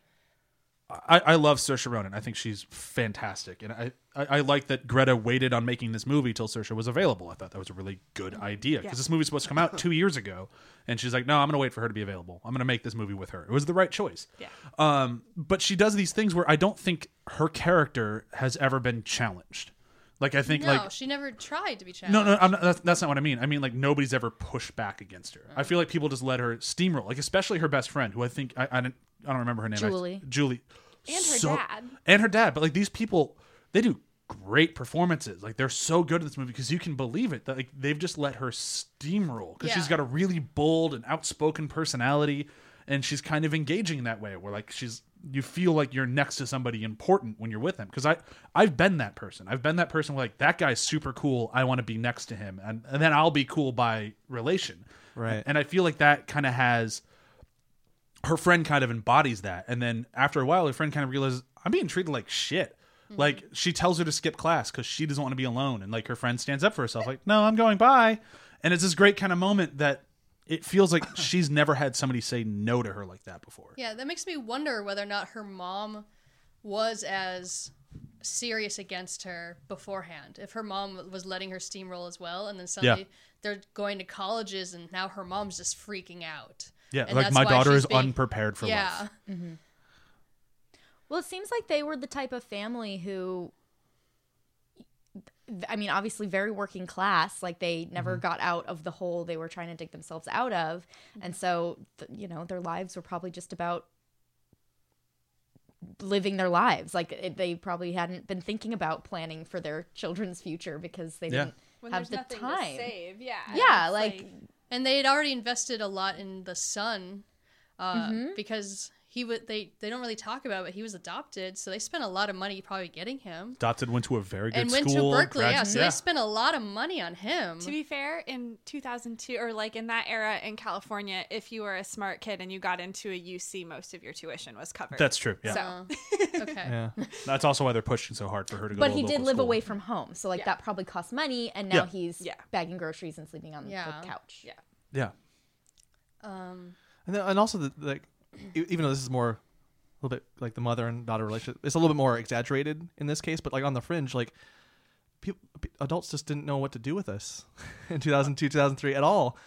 Speaker 1: I, I love Saoirse Ronan. I think she's fantastic, and I, I, I like that Greta waited on making this movie till Saoirse was available. I thought that was a really good idea because this movie's supposed to come out two years ago, and she's like, no, I'm going to wait for her to be available. I'm going to make this movie with her. It was the right choice. Yeah. Um, but she does these things where I don't think her character has ever been challenged. Like I think
Speaker 3: No,
Speaker 1: like
Speaker 3: she never tried to be challenged.
Speaker 1: no, no, I'm not, that's, that's not what I mean. I mean, like, nobody's ever pushed back against her.
Speaker 4: Mm.
Speaker 1: I feel like people just let her steamroll, like, especially her best friend, who I think, I, I, don't, I don't remember her name. I-
Speaker 5: Julie.
Speaker 1: Julie.
Speaker 4: And her dad.
Speaker 1: And her dad. But, like, these people, they do great performances. Like, they're so good in this movie because you can believe it. That, like, they've just let her steamroll because she's
Speaker 3: Yeah.
Speaker 1: got a really bold and outspoken personality. And she's kind of engaging in that way where, like, she's, you feel like you're next to somebody important when you're with them. Because I, I've been that person. I've been that person where, like, that guy's super cool. I want to be next to him. And, and then I'll be cool by relation.
Speaker 2: Right.
Speaker 1: And I feel like that kind of has, her friend kind of embodies that. And then after a while, her friend kind of realizes, I'm being treated like shit.
Speaker 3: Mm-hmm.
Speaker 1: Like she tells her to skip class because she doesn't want to be alone. And like her friend stands up for herself, like, no, I'm going by. And it's this great kind of moment that it feels
Speaker 3: *laughs*
Speaker 1: like she's never had somebody say no to her like that before.
Speaker 3: Yeah, that makes me wonder whether or not her mom was as serious against her beforehand. If her mom was letting her steamroll as well, and then suddenly they're going to colleges, and now her mom's just freaking out.
Speaker 1: Yeah.
Speaker 3: And
Speaker 1: like
Speaker 3: that's
Speaker 1: my
Speaker 3: why
Speaker 1: daughter
Speaker 3: she's
Speaker 1: is
Speaker 3: being-
Speaker 1: unprepared for
Speaker 3: yeah,
Speaker 1: life.
Speaker 5: Well, it seems like they were the type of family who I mean, obviously very working class, like they never
Speaker 1: Mm-hmm.
Speaker 5: got out of the hole they were trying to dig themselves out of. And so, th- you know, their lives were probably just about living their lives. Like it, they probably hadn't been thinking about planning for their children's future because they
Speaker 1: Yeah.
Speaker 5: didn't
Speaker 4: When
Speaker 5: have
Speaker 4: there's
Speaker 5: the
Speaker 4: nothing
Speaker 5: time.
Speaker 4: to save. Yeah.
Speaker 5: Yeah,
Speaker 4: It's
Speaker 5: like,
Speaker 3: and they had already invested a lot in the son uh,
Speaker 4: Mm-hmm.
Speaker 3: because he would they they don't really talk about, it, but he was adopted, so they spent a lot of money probably getting him.
Speaker 1: Dotson went to a very good
Speaker 3: And
Speaker 1: school.
Speaker 3: went to Berkeley, yeah.
Speaker 1: graduated-
Speaker 3: So they spent a lot of money on him.
Speaker 4: To be fair, in 2002 or like in that era in California, if you were a smart kid and you got into a UC, most of your tuition was covered.
Speaker 1: That's true. Yeah.
Speaker 4: *laughs*
Speaker 3: so Uh, okay.
Speaker 2: Yeah.
Speaker 1: That's also why they're pushing so hard for her to go
Speaker 5: but
Speaker 1: to a
Speaker 5: he did
Speaker 1: local
Speaker 5: live
Speaker 1: school.
Speaker 5: away from home. So like
Speaker 4: Yeah.
Speaker 5: that probably cost money and now
Speaker 1: Yeah.
Speaker 5: he's
Speaker 4: Yeah.
Speaker 5: bagging groceries and sleeping on
Speaker 3: Yeah.
Speaker 5: the couch.
Speaker 4: Yeah.
Speaker 1: Yeah.
Speaker 3: Um,
Speaker 2: And, then, and also, the, like, e- even though this is more a little bit like the mother and daughter relationship, it's a little bit more exaggerated in this case, but like on the fringe, like people, adults just didn't know what to do with us *laughs* in 2002, 2003 at all.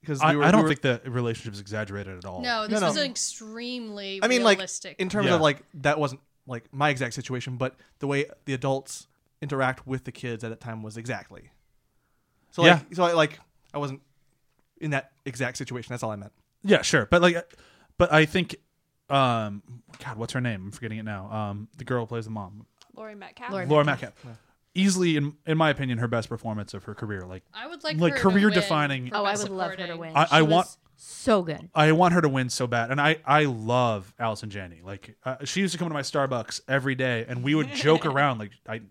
Speaker 2: Because
Speaker 1: I,
Speaker 2: we were,
Speaker 1: I don't
Speaker 2: we were-
Speaker 1: think the relationship is exaggerated at all.
Speaker 3: No, this
Speaker 2: no.
Speaker 3: was extremely
Speaker 2: I mean,
Speaker 3: realistic.
Speaker 2: like in terms
Speaker 1: Yeah.
Speaker 2: of like that wasn't like my exact situation, but the way the adults interact with the kids at that time was exactly. So like, so I like I wasn't in that exact situation. That's all I meant.
Speaker 1: Yeah, sure. But like but I think um God, what's her name? I'm forgetting it now. Um the girl who plays the mom.
Speaker 4: Lori Metcalf.
Speaker 5: Lori
Speaker 1: Laura Metcalf. Easily in in my opinion, her best performance of her career. Like
Speaker 3: I would like
Speaker 1: like,
Speaker 3: her to win
Speaker 1: career-defining-
Speaker 3: for
Speaker 5: Oh, I
Speaker 3: best
Speaker 5: would love her to
Speaker 3: supporting.
Speaker 5: win.
Speaker 1: I-
Speaker 5: She
Speaker 1: I
Speaker 5: was
Speaker 1: want-
Speaker 5: so good.
Speaker 1: I want her to win so bad, and I I love Allison Janney. Like uh, she used to come to my Starbucks every day, and we would joke around. Like I,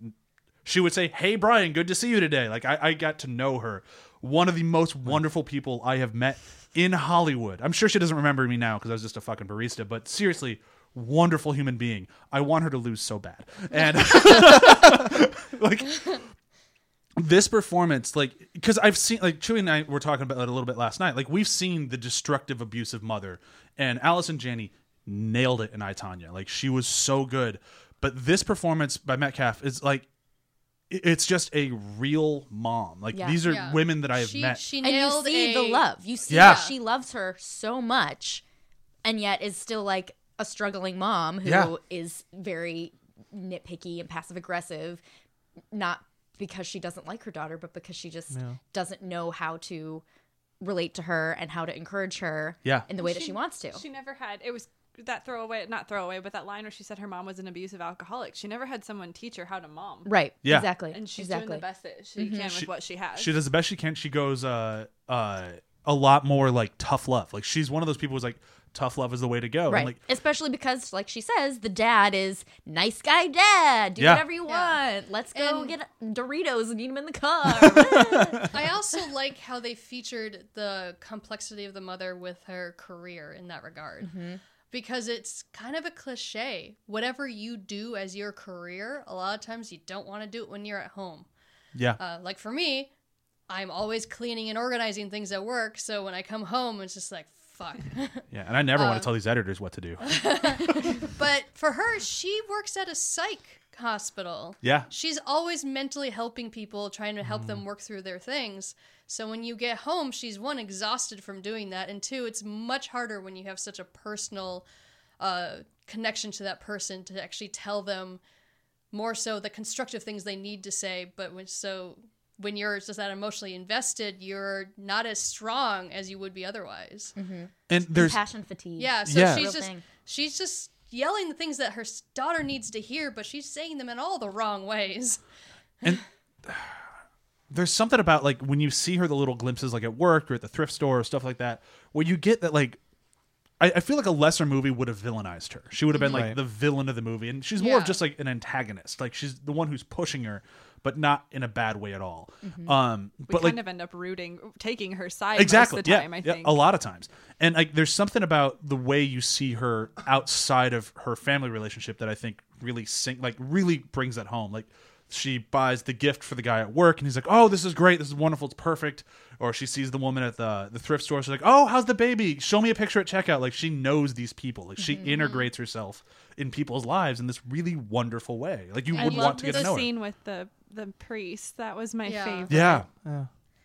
Speaker 1: she would say, "Hey Brian, good to see you today." Like I, I got to know her. One of the most wonderful people I have met in Hollywood. I'm sure she doesn't remember me now because I was just a fucking barista. But seriously, wonderful human being. I want her to lose so bad, and like this performance, like, because I've seen, like, Chewy and I were talking about it a little bit last night. Like, we've seen the destructive, abusive mother, and Allison Janney nailed it in I Tanya. Like, she was so good. But this performance by Metcalf is like, i- it's just a real mom. Like,
Speaker 5: Yeah.
Speaker 1: these are
Speaker 3: Yeah.
Speaker 1: women that I have
Speaker 3: she,
Speaker 1: met.
Speaker 3: She
Speaker 5: and you
Speaker 3: nailed
Speaker 5: see
Speaker 3: a-
Speaker 5: the *laughs* love. You see
Speaker 1: Yeah.
Speaker 5: that she loves her so much, and yet is still like a struggling mom who is
Speaker 1: Yeah.
Speaker 5: very nitpicky and passive aggressive, not because she doesn't like her daughter, but because she just
Speaker 2: Yeah.
Speaker 5: doesn't know how to relate to her and how to encourage her
Speaker 1: Yeah.
Speaker 5: in the way that she wants to.
Speaker 4: She never had. It was that throwaway, not throwaway, but that line where she said her mom was an abusive alcoholic. She never had someone teach her how to mom.
Speaker 5: right.
Speaker 1: Yeah.
Speaker 5: Exactly.
Speaker 4: And she's
Speaker 5: exactly. Mm-hmm.
Speaker 4: doing the best that she can with
Speaker 1: She-
Speaker 4: what she has.
Speaker 1: she does the best she can. She goes uh uh a lot more like tough love. Like she's one of those people who's like tough love is the way to go. And,
Speaker 5: Right.
Speaker 1: like
Speaker 5: Especially because, like she says, the dad is nice guy dad. Do
Speaker 1: Yeah.
Speaker 5: whatever you want.
Speaker 3: Yeah.
Speaker 5: Let's go
Speaker 3: And-
Speaker 5: get Doritos and eat them in
Speaker 1: *laughs*
Speaker 5: the car.
Speaker 3: I also like how they featured the complexity of the mother with her career in that regard.
Speaker 5: Mm-hmm.
Speaker 3: Because it's kind of a cliche. Whatever you do as your career, a lot of times you don't want to do it when you're at home.
Speaker 1: yeah.
Speaker 3: Uh, like for me, I'm always cleaning and organizing things at work. So when I come home, it's just like, fuck. *laughs*
Speaker 1: Yeah. And I never
Speaker 3: um,
Speaker 1: want to tell these editors what to do.
Speaker 3: but for her, she works at a psych hospital.
Speaker 1: Yeah.
Speaker 3: She's always mentally helping people, trying to help them work through their things. So when you get home, she's one, exhausted from doing that, and two, it's much harder when you have such a personal uh, connection to that person to actually tell them more so the constructive things they need to say. But when so when you're just that emotionally invested, you're not as strong as you would be otherwise.
Speaker 1: And there's
Speaker 5: Passion fatigue.
Speaker 3: Yeah, so
Speaker 1: Yeah.
Speaker 3: she's
Speaker 5: Real
Speaker 3: just
Speaker 5: thing.
Speaker 3: she's just yelling the things that her s- daughter needs to hear, but she's saying them in all the wrong ways. *laughs*
Speaker 1: there's something about like when you see her the little glimpses like at work or at the thrift store or stuff like that where you get that like I, I feel like a lesser movie would have villainized her. She would have been like
Speaker 2: Right.
Speaker 1: the villain of the movie, and she's more of
Speaker 3: Yeah.
Speaker 1: just like an antagonist. Like she's the one who's pushing her, but not in a bad way at all. Um,
Speaker 4: we
Speaker 1: but
Speaker 4: kind
Speaker 1: like
Speaker 4: of end up rooting, taking her side
Speaker 1: exactly
Speaker 4: most of the time.
Speaker 1: yeah,
Speaker 4: I
Speaker 1: yeah,
Speaker 4: think
Speaker 1: a lot of times and like there's something about the way you see her outside of her family relationship that i think really sink like really brings that home like she buys the gift for the guy at work and he's like oh this is great this is wonderful it's perfect or she sees the woman at the the thrift store she's like oh how's the baby show me a picture at checkout like she knows these people like she
Speaker 4: Mm-hmm.
Speaker 1: integrates herself in people's lives in this really wonderful way like you
Speaker 3: I
Speaker 1: would
Speaker 3: love
Speaker 1: want to get
Speaker 4: the
Speaker 1: to know her
Speaker 4: scene with the the priest that was my
Speaker 3: Yeah.
Speaker 4: favorite.
Speaker 1: yeah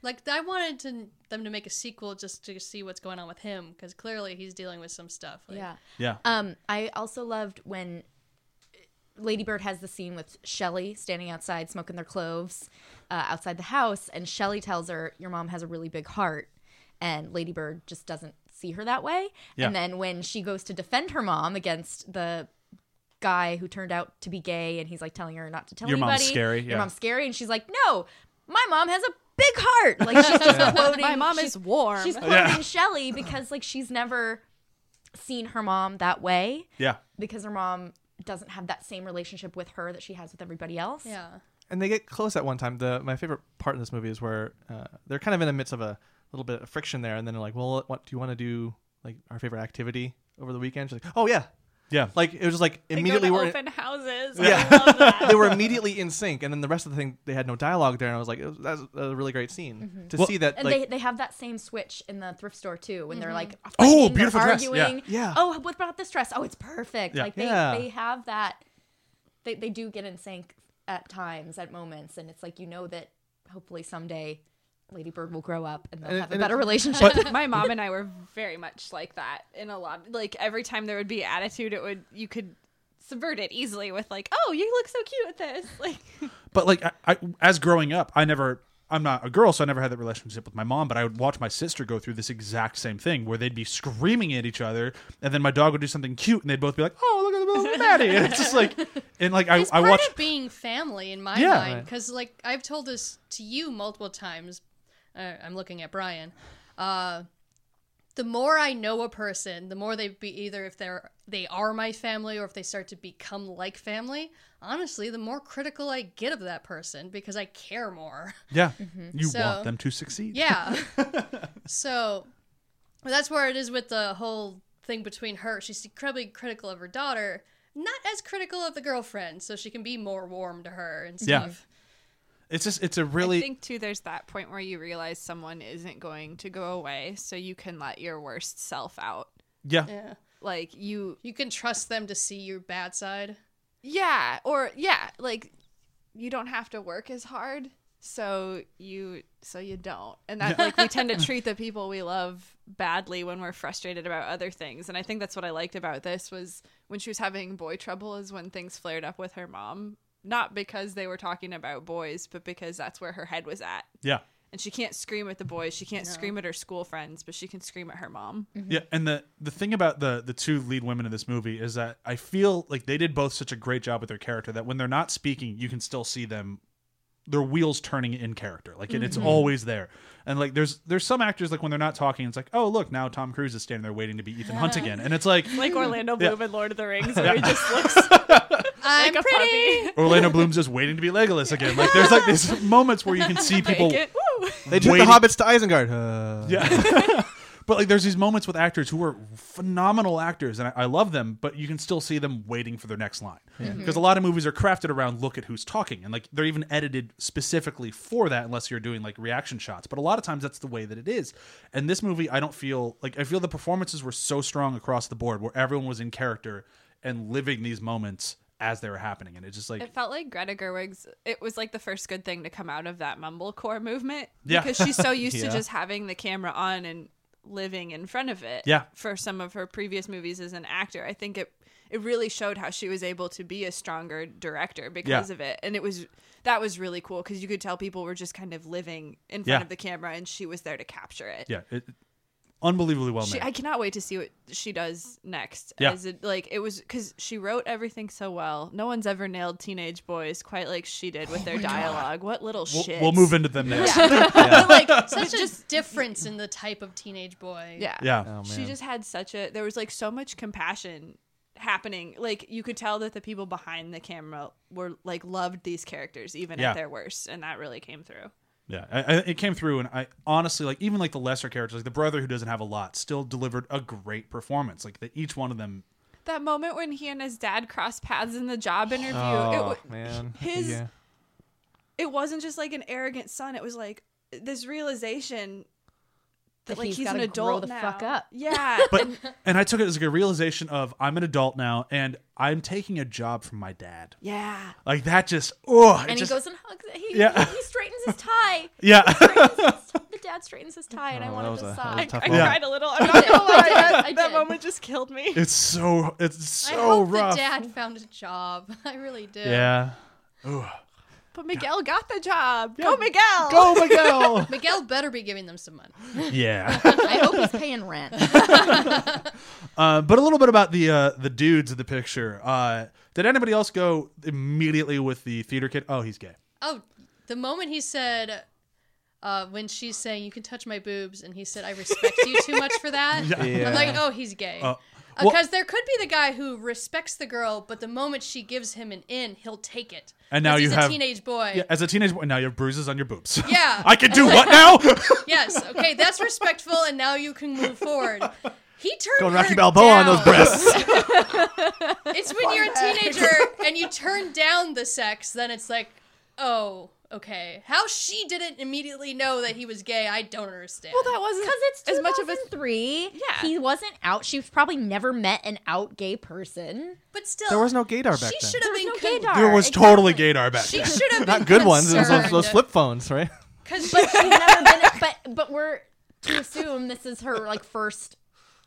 Speaker 3: Like I wanted to, them to make a sequel just to see what's going on with him because clearly he's dealing with some stuff. Like,
Speaker 5: Yeah.
Speaker 1: yeah
Speaker 5: Um, I also loved when Lady Bird has the scene with Shelley standing outside smoking their cloves uh, outside the house, and Shelley tells her, "Your mom has a really big heart," and Lady Bird just doesn't see her that way.
Speaker 1: Yeah.
Speaker 5: And then when she goes to defend her mom against the guy who turned out to be gay, and he's like telling her not to tell
Speaker 1: Your mom's
Speaker 5: anybody,
Speaker 1: scary, yeah.
Speaker 5: your mom's scary, and she's like, "No, my mom has a." Big heart, like
Speaker 1: *laughs*
Speaker 5: she's just quoting.
Speaker 4: My mom
Speaker 5: she's-
Speaker 4: is warm.
Speaker 5: She's quoting Shelley because like she's never seen her mom that way
Speaker 1: yeah
Speaker 5: because her mom doesn't have that same relationship with her that she has with everybody else.
Speaker 3: yeah,
Speaker 2: and they get close at one time. The my favorite part in this movie is where uh, they're kind of in the midst of a little bit of friction there, and then they're like, "Well, what do you want to do? Like our favorite activity over the weekend?" She's like, "Oh yeah."
Speaker 1: yeah
Speaker 2: Like it was just like
Speaker 4: They go
Speaker 2: immediately
Speaker 4: to
Speaker 2: we're
Speaker 4: open houses.
Speaker 2: Yeah.
Speaker 4: I love that.
Speaker 2: they were immediately in sync, and then the rest of the thing they had no dialogue there, and I was like, it was, "That's a really great scene
Speaker 4: Mm-hmm.
Speaker 2: to
Speaker 1: Well-
Speaker 2: see that."
Speaker 5: And
Speaker 2: like,
Speaker 5: they, they have that same switch in the thrift store too when they're like
Speaker 1: Oh,
Speaker 5: fighting, they're
Speaker 1: beautiful dress. Yeah.
Speaker 5: arguing.
Speaker 2: Mm-hmm. Yeah.
Speaker 5: Oh, what about this dress? Oh, it's perfect.
Speaker 1: Yeah.
Speaker 5: Like they,
Speaker 2: Yeah.
Speaker 5: they have that they they do get in sync at times, at moments, and it's like you know that hopefully someday Lady Bird will grow up and they'll
Speaker 2: And-
Speaker 5: have a
Speaker 2: and-
Speaker 5: better
Speaker 4: *laughs*
Speaker 5: relationship.
Speaker 4: my mom and I were very much like that in a lot. Like every time there would be attitude, it would you could subvert it easily with like, "Oh, you look so cute with this." *laughs* Like
Speaker 1: but like I, I as growing up i never i'm not a girl so i never had that relationship with my mom but i would watch my sister go through this exact same thing where they'd be screaming at each other and then my dog would do something cute and they'd both be like oh look at the little daddy and it's just like and like i,
Speaker 3: it's
Speaker 1: I
Speaker 3: part
Speaker 1: watched
Speaker 3: of being family in my
Speaker 1: Yeah.
Speaker 3: mind because like I've told this to you multiple times. Uh, I'm looking at Brian. Uh, the more I know a person, the more they be either if they're they are my family or if they start to become like family. Honestly, the more critical I get of that person because I care more. *laughs*
Speaker 1: yeah you
Speaker 3: Mm-hmm. So-
Speaker 1: want them to succeed
Speaker 3: Yeah. so but that's where it is with the whole thing between her. She's incredibly critical of her daughter, not as critical of the girlfriend, so she can be more warm to her and
Speaker 1: Yeah.
Speaker 3: stuff.
Speaker 1: it's just it's a
Speaker 4: I
Speaker 1: really
Speaker 4: think too, there's that point where you realize someone isn't going to go away, so you can let your worst self out.
Speaker 1: yeah
Speaker 3: Yeah.
Speaker 4: Like you,
Speaker 3: You can trust them to see your bad side.
Speaker 4: yeah, or yeah, like you don't have to work as hard, so you, so you don't. And that like we
Speaker 6: *laughs*
Speaker 4: tend to treat the people we love badly when we're frustrated about other things. And I think that's what I liked about this was when she was having boy trouble is when things flared up with her mom not because they were talking about boys, but because that's where her head was at.
Speaker 1: Yeah.
Speaker 4: And she can't scream at the boys. She can't scream at her school friends, but she can scream at her mom.
Speaker 1: Yeah, and the the thing about the the two lead women in this movie is that I feel like they did both such a great job with their character that when they're not speaking, you can still see them their wheels turning in character. Like and it's always there. And like there's there's some actors like when they're not talking, it's like, "Oh, look, now Tom Cruise is standing there waiting to be Ethan Hunt again." And it's like
Speaker 6: *laughs* Like Orlando
Speaker 1: Yeah.
Speaker 6: Bloom in Lord of the Rings, where he just looks like
Speaker 3: I'm
Speaker 6: a
Speaker 3: pretty. *laughs*
Speaker 6: puppy.
Speaker 1: Orlando Bloom's just waiting to be Legolas again. Like there's like these moments where you can see people
Speaker 4: Make it. Woo!
Speaker 2: They took
Speaker 1: Waiting-
Speaker 2: the hobbits to Isengard. Uh,
Speaker 1: Yeah. *laughs* but like there's these moments with actors who are phenomenal actors and I, I love them, but you can still see them waiting for their next line. Because a lot of movies are crafted around look at who's talking and like they're even edited specifically for that unless you're doing like reaction shots. But a lot of times that's the way that it is. And this movie I don't feel like I feel the performances were so strong across the board where everyone was in character and living these moments as they were happening. And it's just like
Speaker 4: It felt like Greta Gerwig's. It was like the first good thing to come out of that mumblecore movement.
Speaker 1: *laughs* Yeah.
Speaker 4: Because she's so used
Speaker 2: Yeah.
Speaker 4: to just having the camera on and living in front of it.
Speaker 1: Yeah.
Speaker 4: For some of her previous movies as an actor, I think it it really showed how she was able to be a stronger director because
Speaker 1: Yeah.
Speaker 4: of it, and it was that was really cool because you could tell people were just kind of living in front
Speaker 1: Yeah.
Speaker 4: of the camera, and she was there to capture it.
Speaker 1: yeah, it, unbelievably well
Speaker 4: She,
Speaker 1: made.
Speaker 4: I cannot wait to see what she does next.
Speaker 1: Yeah.
Speaker 4: As it, like it was because she wrote everything so well. No one's ever nailed teenage boys quite like she did with their dialogue. What little
Speaker 1: Oh We'll,
Speaker 4: shit.
Speaker 1: we'll move into them next.
Speaker 6: *laughs*
Speaker 3: But like such a difference in the type of teenage boy.
Speaker 4: Yeah.
Speaker 1: Yeah.
Speaker 2: Oh,
Speaker 4: She
Speaker 2: man.
Speaker 4: just had such a. There was like so much compassion happening. Like you could tell that the people behind the camera were like loved these characters even
Speaker 1: Yeah.
Speaker 4: at their worst, and that really came through.
Speaker 1: Yeah, I, I, it came through, and I honestly like even like the lesser characters, like the brother who doesn't have a lot, still delivered a great performance. Like that, each one of them.
Speaker 4: That moment when he and his dad crossed paths in the job interview. it
Speaker 2: Oh,
Speaker 4: wa-
Speaker 2: man.
Speaker 4: his-
Speaker 2: Yeah.
Speaker 4: it wasn't just like an arrogant son. It was like this realization that,
Speaker 5: That
Speaker 4: like
Speaker 5: he's
Speaker 4: he's, an
Speaker 5: gotta grow
Speaker 4: adult
Speaker 5: the
Speaker 4: now.
Speaker 5: fuck up.
Speaker 4: Yeah,
Speaker 1: But *laughs* and I took it as like, a realization of I'm an adult now, and I'm taking a job from my dad.
Speaker 4: *laughs* yeah.
Speaker 1: Like that, just oh, it
Speaker 5: and
Speaker 1: just,
Speaker 5: he goes and hugs it. He,
Speaker 1: Yeah.
Speaker 5: he, he straightens
Speaker 1: *laughs*
Speaker 5: his tie.
Speaker 1: yeah,
Speaker 5: straightens his- *laughs* the dad straightens his tie, and I
Speaker 2: Oh,
Speaker 5: wanted
Speaker 2: that was
Speaker 5: to
Speaker 2: a- that was a
Speaker 5: sob.
Speaker 2: tough
Speaker 4: I
Speaker 2: one.
Speaker 4: cried a little. I'm not gonna lie. That,
Speaker 5: I
Speaker 4: that
Speaker 5: did.
Speaker 4: moment just killed me.
Speaker 1: it's so it's
Speaker 3: I
Speaker 1: so
Speaker 3: hope
Speaker 1: rough.
Speaker 3: the dad found a job. *laughs* I really did.
Speaker 5: *laughs*
Speaker 1: yeah.
Speaker 4: But Miguel got the job. Go Miguel.
Speaker 1: Oh my
Speaker 5: *laughs*
Speaker 1: god.
Speaker 3: Miguel better be giving them some money.
Speaker 1: yeah.
Speaker 5: I hope he's paying rent.
Speaker 1: *laughs* Uh, but a little bit about the uh, the dudes in the picture. Uh, did anybody else go immediately with the theater kid? Oh, he's gay.
Speaker 3: Oh, the moment he said, uh, when she's saying, "You can touch my boobs," and he said, "I respect you too much for
Speaker 1: *laughs*
Speaker 3: that,"
Speaker 2: Yeah.
Speaker 3: I'm like, "Oh, he's gay."
Speaker 1: Uh,
Speaker 3: Because
Speaker 1: well-
Speaker 3: there could be the guy who respects the girl, but the moment she gives him an in, he'll take it.
Speaker 1: And now
Speaker 3: 'Cause
Speaker 1: you
Speaker 3: he's
Speaker 1: have-
Speaker 3: a teenage boy.
Speaker 1: Yeah, as a teenage boy, now you have bruises on your boobs. *laughs*
Speaker 3: Yeah.
Speaker 1: I can do what now? *laughs*
Speaker 3: Yes. Okay, that's respectful, and now you can move forward. He turned
Speaker 2: Going
Speaker 3: her
Speaker 2: Rocky Balboa on those
Speaker 3: down.
Speaker 2: breasts.
Speaker 3: It's when you're a teenager and you turn down the sex, then it's like, oh, okay. How she didn't immediately know that he was gay, I don't understand.
Speaker 4: That wasn't
Speaker 5: Because it's
Speaker 4: as much of a.
Speaker 5: three.
Speaker 4: Yeah.
Speaker 5: he wasn't out. She's probably never met an out gay person.
Speaker 3: but still,
Speaker 2: There was no gaydar back
Speaker 3: she
Speaker 2: then.
Speaker 3: should have been.
Speaker 5: no
Speaker 3: con-
Speaker 5: gaydar.
Speaker 1: There was
Speaker 5: Exactly.
Speaker 1: totally gaydar back
Speaker 3: She
Speaker 1: then.
Speaker 3: should have been
Speaker 2: Not good ones. Those,
Speaker 3: concerned.
Speaker 2: those, those flip phones, right?
Speaker 3: 'Cause
Speaker 5: but she's never been. But but we're to assume this is her like first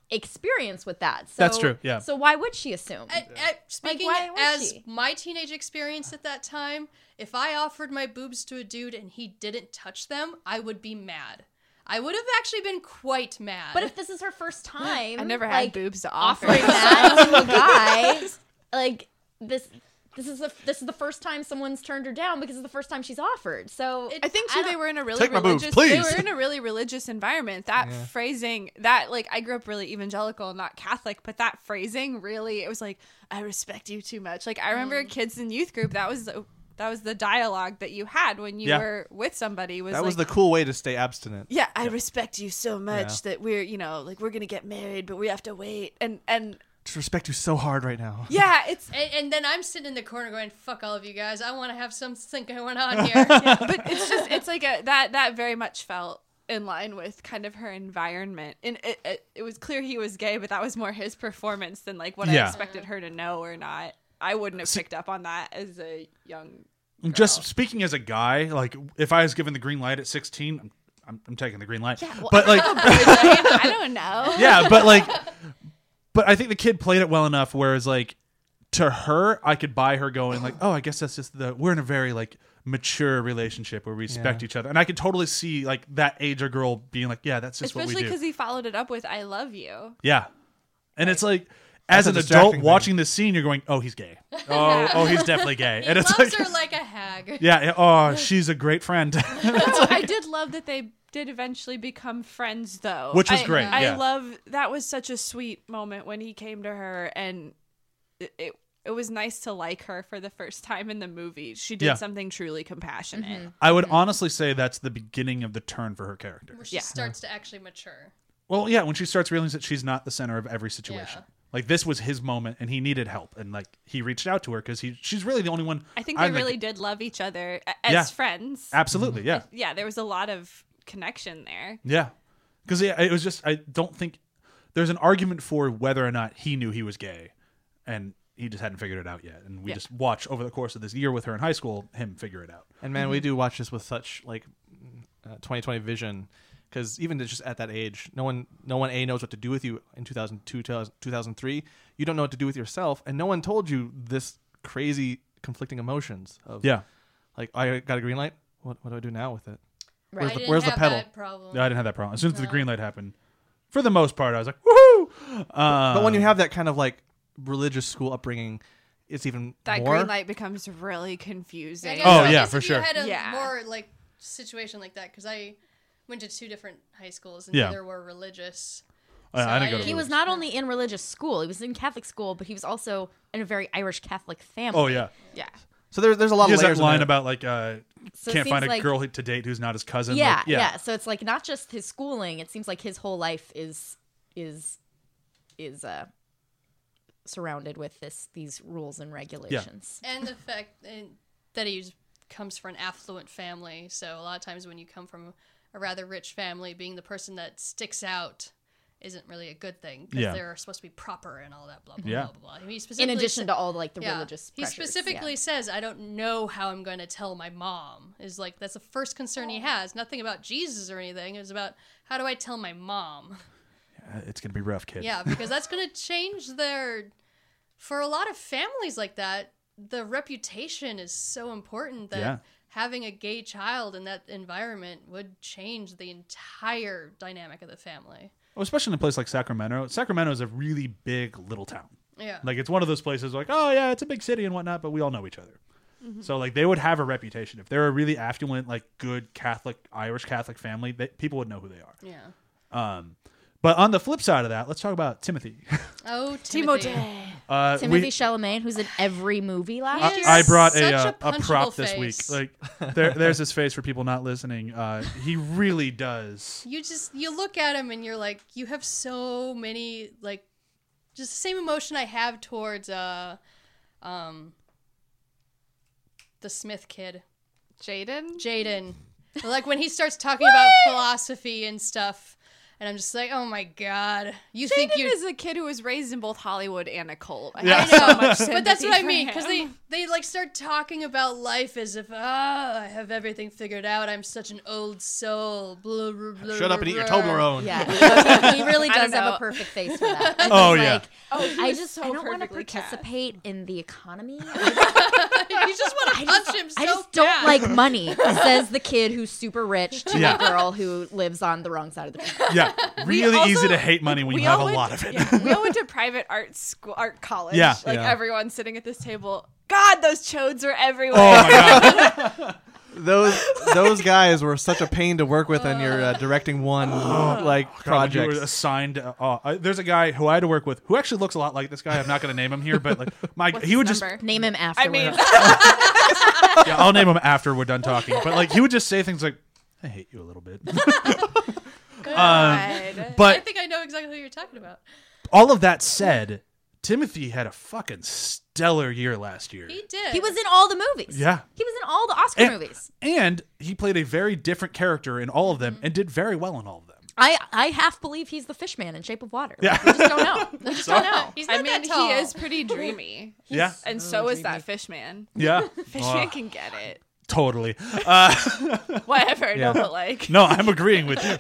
Speaker 5: experience with that. So,
Speaker 1: That's true, yeah.
Speaker 5: So why would she assume?
Speaker 3: I- I- speaking
Speaker 5: why would
Speaker 3: as
Speaker 5: she?
Speaker 3: my teenage experience at that time, if I offered my boobs to a dude and he didn't touch them, I would be mad. I would have actually been quite mad.
Speaker 5: but if this is her first time,
Speaker 4: I never had
Speaker 5: like,
Speaker 4: boobs to offer.
Speaker 5: offering that to
Speaker 3: *laughs*
Speaker 5: a guy, like this. This is the this is the first time someone's turned her down because it's the first time she's offered. So
Speaker 4: I think too.
Speaker 5: don't-
Speaker 4: they were in a really
Speaker 2: Take my boobs,
Speaker 4: religious. they
Speaker 2: please.
Speaker 4: were in a really religious environment. That phrasing, that like, I grew up really evangelical and not Catholic, but that phrasing really, it was like, I respect you too much. Like I remember kids in youth group. That was the, that was the dialogue that you had when you
Speaker 1: Yeah.
Speaker 4: were with somebody. Was
Speaker 2: That was the
Speaker 4: like,
Speaker 2: cool way to stay abstinent.
Speaker 4: Yeah, I respect you so much that we're you know like we're gonna get married, but we have to wait. And and
Speaker 2: Just respect you so hard right now.
Speaker 4: yeah, it's
Speaker 3: and, and then I'm sitting in the corner going, "Fuck all of you guys! I want to have something
Speaker 2: *laughs*
Speaker 3: going on here."
Speaker 4: but it's just it's like a that that very much felt in line with kind of her environment and it, it, it was clear he was gay but that was more his performance than like what
Speaker 1: Yeah.
Speaker 4: i expected her to know or not i wouldn't have picked up on that as a
Speaker 1: *laughs*
Speaker 4: young
Speaker 1: Just speaking as a guy, like if I was given the green light at 16, I'm, I'm, I'm taking the green light.
Speaker 5: well,
Speaker 1: but like,
Speaker 4: i don't know
Speaker 1: yeah, but like, but I think the kid played it well enough. Whereas like, to her, I could buy her going like, "Oh, I guess that's just the we're in a very like mature relationship where we respect
Speaker 2: Yeah.
Speaker 1: each other," and I could totally see like that age or girl being like, "Yeah, that's just what we
Speaker 4: Especially
Speaker 1: do."
Speaker 4: because he followed it up with "I love you."
Speaker 1: yeah, and it's like as
Speaker 2: That's a
Speaker 1: an
Speaker 2: distracting
Speaker 1: adult
Speaker 2: thing.
Speaker 1: watching this scene, you're going, "Oh, he's gay. *laughs* Oh, oh, he's definitely *laughs* gay,"
Speaker 3: He
Speaker 1: and it's like,
Speaker 3: loves her like a
Speaker 2: *laughs*
Speaker 3: hag.
Speaker 1: "Yeah, yeah, *laughs* oh, she's a great friend."
Speaker 4: *laughs* I did love that they did eventually become friends, though,
Speaker 1: Which was
Speaker 4: I-
Speaker 1: great,
Speaker 4: I
Speaker 1: yeah.
Speaker 4: love that was such a sweet moment when he came to her, and it it, it was nice to like her for the first time in the movie. She did
Speaker 1: Yeah.
Speaker 4: something truly compassionate.
Speaker 3: Mm-hmm.
Speaker 1: I would honestly say that's the beginning of the turn for her character.
Speaker 3: Where she
Speaker 4: Yeah.
Speaker 3: starts to actually mature.
Speaker 1: Well, yeah, when she starts realizing that she's not the center of every situation.
Speaker 3: Yeah.
Speaker 1: Like this was his moment, and he needed help, and like he reached out to her because he she's really the only one.
Speaker 4: I think they
Speaker 1: I'm, like,
Speaker 4: really did love each other a- as
Speaker 1: Yeah.
Speaker 4: friends.
Speaker 1: absolutely, yeah,
Speaker 4: yeah, there was a lot of connection there.
Speaker 1: yeah, because yeah, it was just I don't think there's an argument for whether or not he knew he was gay, and he just hadn't figured it out yet, and we
Speaker 4: Yeah.
Speaker 1: just watch over the course of this year with her in high school him figure it out.
Speaker 2: And man, we do watch this with such like uh, 2020 vision because even just at that age, no one, no one a knows what to do with you in 2002, 2000 2003. You don't know what to do with yourself, and no one told you this crazy conflicting emotions of
Speaker 1: Yeah,
Speaker 2: like I got a green light. What, what do I do now with it?
Speaker 3: I
Speaker 2: Where's the-
Speaker 3: didn't
Speaker 2: where's the
Speaker 3: have
Speaker 2: pedal?
Speaker 3: that problem.
Speaker 1: I didn't have that problem. As soon as the green light happened, for the most part, I was like, woohoo! Uh,
Speaker 2: But when you have that kind of like religious school upbringing, it's even
Speaker 4: That
Speaker 2: more.
Speaker 4: green light becomes really
Speaker 3: I
Speaker 4: confusing.
Speaker 3: guess-
Speaker 1: Oh,
Speaker 3: I
Speaker 1: yeah,
Speaker 3: guess
Speaker 1: for
Speaker 3: if
Speaker 1: sure.
Speaker 3: You had a
Speaker 4: Yeah.
Speaker 3: more like situation like that because I went to two different high schools and
Speaker 1: Yeah.
Speaker 3: neither were religious.
Speaker 1: Uh, I, I didn't go to
Speaker 3: He
Speaker 5: He
Speaker 1: religious.
Speaker 5: was not only in religious school, he was in Catholic school, but he was also in a very Irish Catholic family.
Speaker 1: Oh yeah,
Speaker 4: yeah.
Speaker 2: So there's there's a lot
Speaker 1: he
Speaker 2: of
Speaker 1: has
Speaker 2: layers.
Speaker 1: that
Speaker 2: in
Speaker 1: line
Speaker 2: there.
Speaker 1: about like uh,
Speaker 5: So it
Speaker 1: can't find a
Speaker 5: seems like-
Speaker 1: girl to date who's not his cousin.
Speaker 5: yeah,
Speaker 1: Like,
Speaker 5: yeah, So it's like not just his schooling. It seems like his whole life is is is uh surrounded with this these rules and regulations.
Speaker 3: And the fact and, that he was- comes from an affluent family, so a lot of times when you come from a rather rich family, being the person that sticks out isn't really a good thing because
Speaker 1: Yeah.
Speaker 3: they're supposed to be proper and all that blah blah
Speaker 1: Yeah.
Speaker 3: blah blah. blah. He
Speaker 5: In
Speaker 3: specifically
Speaker 5: addition
Speaker 3: sa-
Speaker 5: to all like the
Speaker 3: yeah,
Speaker 5: religious
Speaker 3: he
Speaker 5: pressures,
Speaker 3: specifically says, "I don't know how I'm going to tell my mom." Is like that's the first concern he has. Nothing about Jesus or anything. It's about how do I tell my mom?
Speaker 1: Uh, it's gonna be rough, kid.
Speaker 3: Yeah, because that's going to change their. For a lot of families like that, the reputation is so important that
Speaker 1: Yeah.
Speaker 3: having a gay child in that environment would change the entire dynamic of the family.
Speaker 1: Well, especially in a place like Sacramento. Sacramento is a really big little town.
Speaker 3: Yeah.
Speaker 1: Like it's one of those places like, oh yeah, it's a big city and whatnot, but we all know each other. So like they would have a reputation if they're a really affluent, like good Catholic Irish Catholic family. They, people would know who they are.
Speaker 3: yeah.
Speaker 1: Um, but on the flip side of that, let's talk about Timothy.
Speaker 3: Oh, Timothy.
Speaker 4: Timothy.
Speaker 1: Uh,
Speaker 5: Timothy
Speaker 1: we-
Speaker 5: Chalamet, who's in every movie last
Speaker 3: He
Speaker 5: year.
Speaker 3: is
Speaker 1: I brought a,
Speaker 3: such
Speaker 1: uh,
Speaker 3: a
Speaker 1: a, prop
Speaker 3: punchable
Speaker 1: this
Speaker 3: face.
Speaker 1: week. Like there, there's his face for people not listening. Uh, he really does.
Speaker 3: you just you look at him and you're like you have so many like just the same emotion i have towards uh um the smith kid
Speaker 4: Jaden?
Speaker 3: jaden like when he starts talking about philosophy and stuff and i'm just like oh my god you think
Speaker 4: Jaden
Speaker 3: you
Speaker 4: is a kid who was raised in both Hollywood and a cult. I
Speaker 1: Yeah.
Speaker 4: yeah.
Speaker 3: *laughs* I
Speaker 4: have *laughs* so
Speaker 3: know,
Speaker 4: much
Speaker 3: but that's
Speaker 4: sympathy
Speaker 3: what I
Speaker 4: for
Speaker 3: mean because
Speaker 4: him.
Speaker 3: they they like start talking about life as if ah I have everything figured out I'm such an old soul. Blah, blah, blah,
Speaker 2: Shut up and eat your
Speaker 3: blah. *laughs*
Speaker 2: Toblerone.
Speaker 4: *laughs*
Speaker 5: Yeah, he really
Speaker 4: I don't
Speaker 5: does have a
Speaker 4: know.
Speaker 5: perfect face for that.
Speaker 4: *laughs*
Speaker 1: Oh,
Speaker 5: He's
Speaker 1: yeah.
Speaker 5: like, I just I don't want to
Speaker 4: perfectly cast.
Speaker 5: participate in the
Speaker 4: *laughs*
Speaker 5: economy.
Speaker 3: you just want to punch him so
Speaker 5: I
Speaker 3: bad.
Speaker 5: just don't
Speaker 4: *laughs*
Speaker 5: like money, says the kid who's super rich to
Speaker 1: Yeah.
Speaker 5: the girl who lives on the
Speaker 4: *laughs*
Speaker 5: wrong side of the street.
Speaker 1: Yeah, really
Speaker 4: also-
Speaker 1: easy to hate money when
Speaker 4: we
Speaker 1: you have a
Speaker 4: all went-
Speaker 1: lot of *laughs* it.
Speaker 4: yeah, we all went to private art school, art college.
Speaker 1: Yeah.
Speaker 4: like
Speaker 2: Yeah.
Speaker 4: everyone sitting at this table. God, those chodes are everywhere.
Speaker 1: Oh my god!
Speaker 4: *laughs*
Speaker 2: those those guys were such a pain to work with on your uh, directing
Speaker 1: *gasps*
Speaker 2: one like
Speaker 1: God, when you were
Speaker 2: projects.
Speaker 1: assigned. Uh, uh, I- there's a guy who I had to work with who actually looks a lot like this guy. I'm not going to name him here, but like my, Oh, he would just.
Speaker 4: Number.
Speaker 5: Name him after.
Speaker 4: I mean,
Speaker 1: Yeah, I'll name him after we're done talking. But like he would just say things like, "I hate you a little bit," *laughs* uh,
Speaker 4: God.
Speaker 3: I
Speaker 1: but
Speaker 3: think I know exactly who you're talking about.
Speaker 1: all of that said, Timothy had a fucking stellar year last year.
Speaker 3: He did.
Speaker 5: he was in all the movies.
Speaker 1: Yeah.
Speaker 5: he was in all the Oscar
Speaker 1: and,
Speaker 5: movies.
Speaker 1: and he played a very different character in all of them and did very well in all of them.
Speaker 5: I I half believe he's the fish man in Shape of Water.
Speaker 1: Yeah.
Speaker 5: we just don't know. We just don't know.
Speaker 3: He's not
Speaker 4: I mean,
Speaker 3: that tall.
Speaker 4: he is pretty dreamy,
Speaker 1: yeah, *laughs*
Speaker 4: and so is that fish man.
Speaker 1: yeah.
Speaker 4: Fish
Speaker 1: Oh.
Speaker 4: man can get it.
Speaker 1: Totally. Uh,
Speaker 4: Whatever.
Speaker 2: Yeah.
Speaker 4: No, but like.
Speaker 1: no, I'm agreeing with you.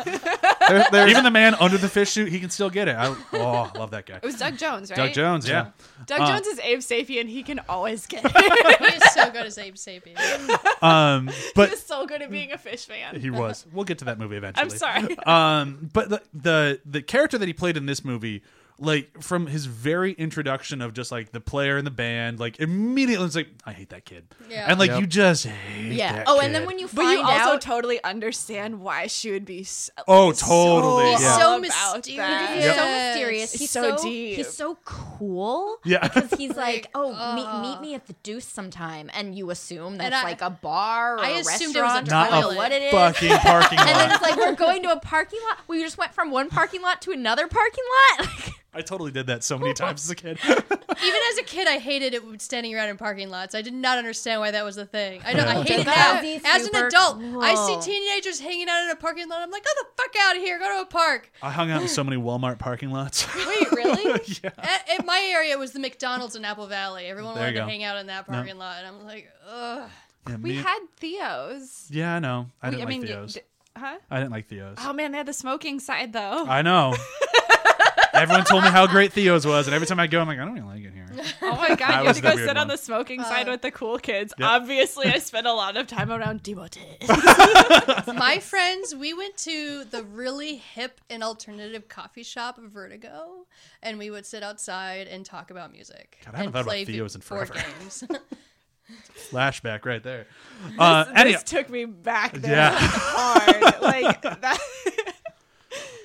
Speaker 2: There- there's-
Speaker 1: Even the man under the fish suit, he can still get it. I, oh, I love that guy.
Speaker 4: It was Doug Jones, right?
Speaker 1: Doug Jones, yeah.
Speaker 4: Doug
Speaker 1: Uh,
Speaker 4: Jones is Abe Sapien. He can
Speaker 1: *laughs*
Speaker 4: always get it. *laughs*
Speaker 3: He is so good as Abe Sapien.
Speaker 1: Um, but
Speaker 4: He's so good at being a fish man.
Speaker 1: he was. We'll get to that movie eventually.
Speaker 4: I'm
Speaker 1: *laughs*
Speaker 4: sorry.
Speaker 1: um, but the, the the character that he played in this movie, like from his very introduction of just like the player in the band, like immediately it's like I hate that kid,
Speaker 3: Yeah.
Speaker 1: and like
Speaker 2: Yep.
Speaker 1: you just hate
Speaker 5: yeah.
Speaker 1: that
Speaker 5: Oh, and then
Speaker 1: kid.
Speaker 5: when you
Speaker 4: But
Speaker 5: find
Speaker 4: you also
Speaker 5: out,
Speaker 4: totally understand why she would be so,
Speaker 1: Oh, totally.
Speaker 4: so
Speaker 1: Yeah.
Speaker 3: So
Speaker 4: about that.
Speaker 3: mysterious.
Speaker 5: he's
Speaker 3: Yes.
Speaker 5: so mysterious.
Speaker 4: It's
Speaker 5: He's so,
Speaker 4: so deep.
Speaker 5: He's so cool.
Speaker 1: Yeah.
Speaker 5: Because he's
Speaker 3: *laughs*
Speaker 5: like,
Speaker 3: Like,
Speaker 5: oh,
Speaker 3: uh.
Speaker 5: meet, meet me at the Deuce sometime, and you assume that's
Speaker 3: And I-
Speaker 5: like a bar or
Speaker 3: I
Speaker 5: a
Speaker 3: assumed it was a
Speaker 5: restaurant. or
Speaker 1: not
Speaker 5: I don't
Speaker 1: a
Speaker 5: know what it is.
Speaker 1: fucking
Speaker 5: *laughs*
Speaker 1: parking
Speaker 5: and then
Speaker 1: lot.
Speaker 5: it's like we're going to a parking lot. We just went from one parking lot to another parking lot. *laughs*
Speaker 1: I
Speaker 5: Like,
Speaker 1: totally did that so many times as a
Speaker 5: *laughs*
Speaker 1: kid.
Speaker 3: Even as a kid, I hated it when standing around in parking lots. I did not understand why that was a thing. I, don't, I hate it now.
Speaker 5: That would be
Speaker 3: As an
Speaker 5: super
Speaker 3: adult, I
Speaker 5: cool.
Speaker 3: see teenagers hanging out in a parking lot. I'm like, go the fuck out of here. Go to a park.
Speaker 1: I hung out in so many Walmart parking lots.
Speaker 3: Wait, really?
Speaker 1: yeah.
Speaker 3: at, at my area, it was the McDonald's in Apple Valley. Everyone
Speaker 1: There you
Speaker 3: wanted to
Speaker 1: go.
Speaker 3: hang out in that parking lot, and I'm like, ugh.
Speaker 1: *laughs* Yeah,
Speaker 4: We
Speaker 1: me-
Speaker 4: had Theo's.
Speaker 1: yeah, I know. I didn't
Speaker 4: We-
Speaker 1: like
Speaker 4: you-
Speaker 1: Theo's.
Speaker 4: d- huh?
Speaker 1: I didn't like Theo's.
Speaker 5: um,
Speaker 4: Oh man, they had the smoking side though.
Speaker 1: I
Speaker 5: *laughs*
Speaker 1: know. Everyone told me how great Theo's was, and every time I go, I'm like, I don't even like it
Speaker 5: *laughs*
Speaker 1: here.
Speaker 4: *laughs* oh my
Speaker 1: *laughs* I
Speaker 4: god,
Speaker 1: was
Speaker 4: you have
Speaker 1: the
Speaker 4: to go
Speaker 1: weird
Speaker 4: sit
Speaker 1: one.
Speaker 4: on the smoking side
Speaker 3: Uh,
Speaker 4: with the cool kids.
Speaker 1: Yep. *laughs*
Speaker 4: Obviously, I spent a lot of time around *laughs* demoted.
Speaker 3: My friends, we went to the really hip and alternative coffee shop, Vertigo, and we would sit outside and talk about music.
Speaker 1: God, I haven't
Speaker 3: and
Speaker 1: thought about
Speaker 3: play vi-
Speaker 1: Theo's in
Speaker 3: board
Speaker 1: forever.
Speaker 3: games.
Speaker 1: Flashback right there. Uh, anyhow-
Speaker 4: this took me back there
Speaker 1: Yeah.
Speaker 4: *laughs* hard.
Speaker 1: *laughs*
Speaker 4: Like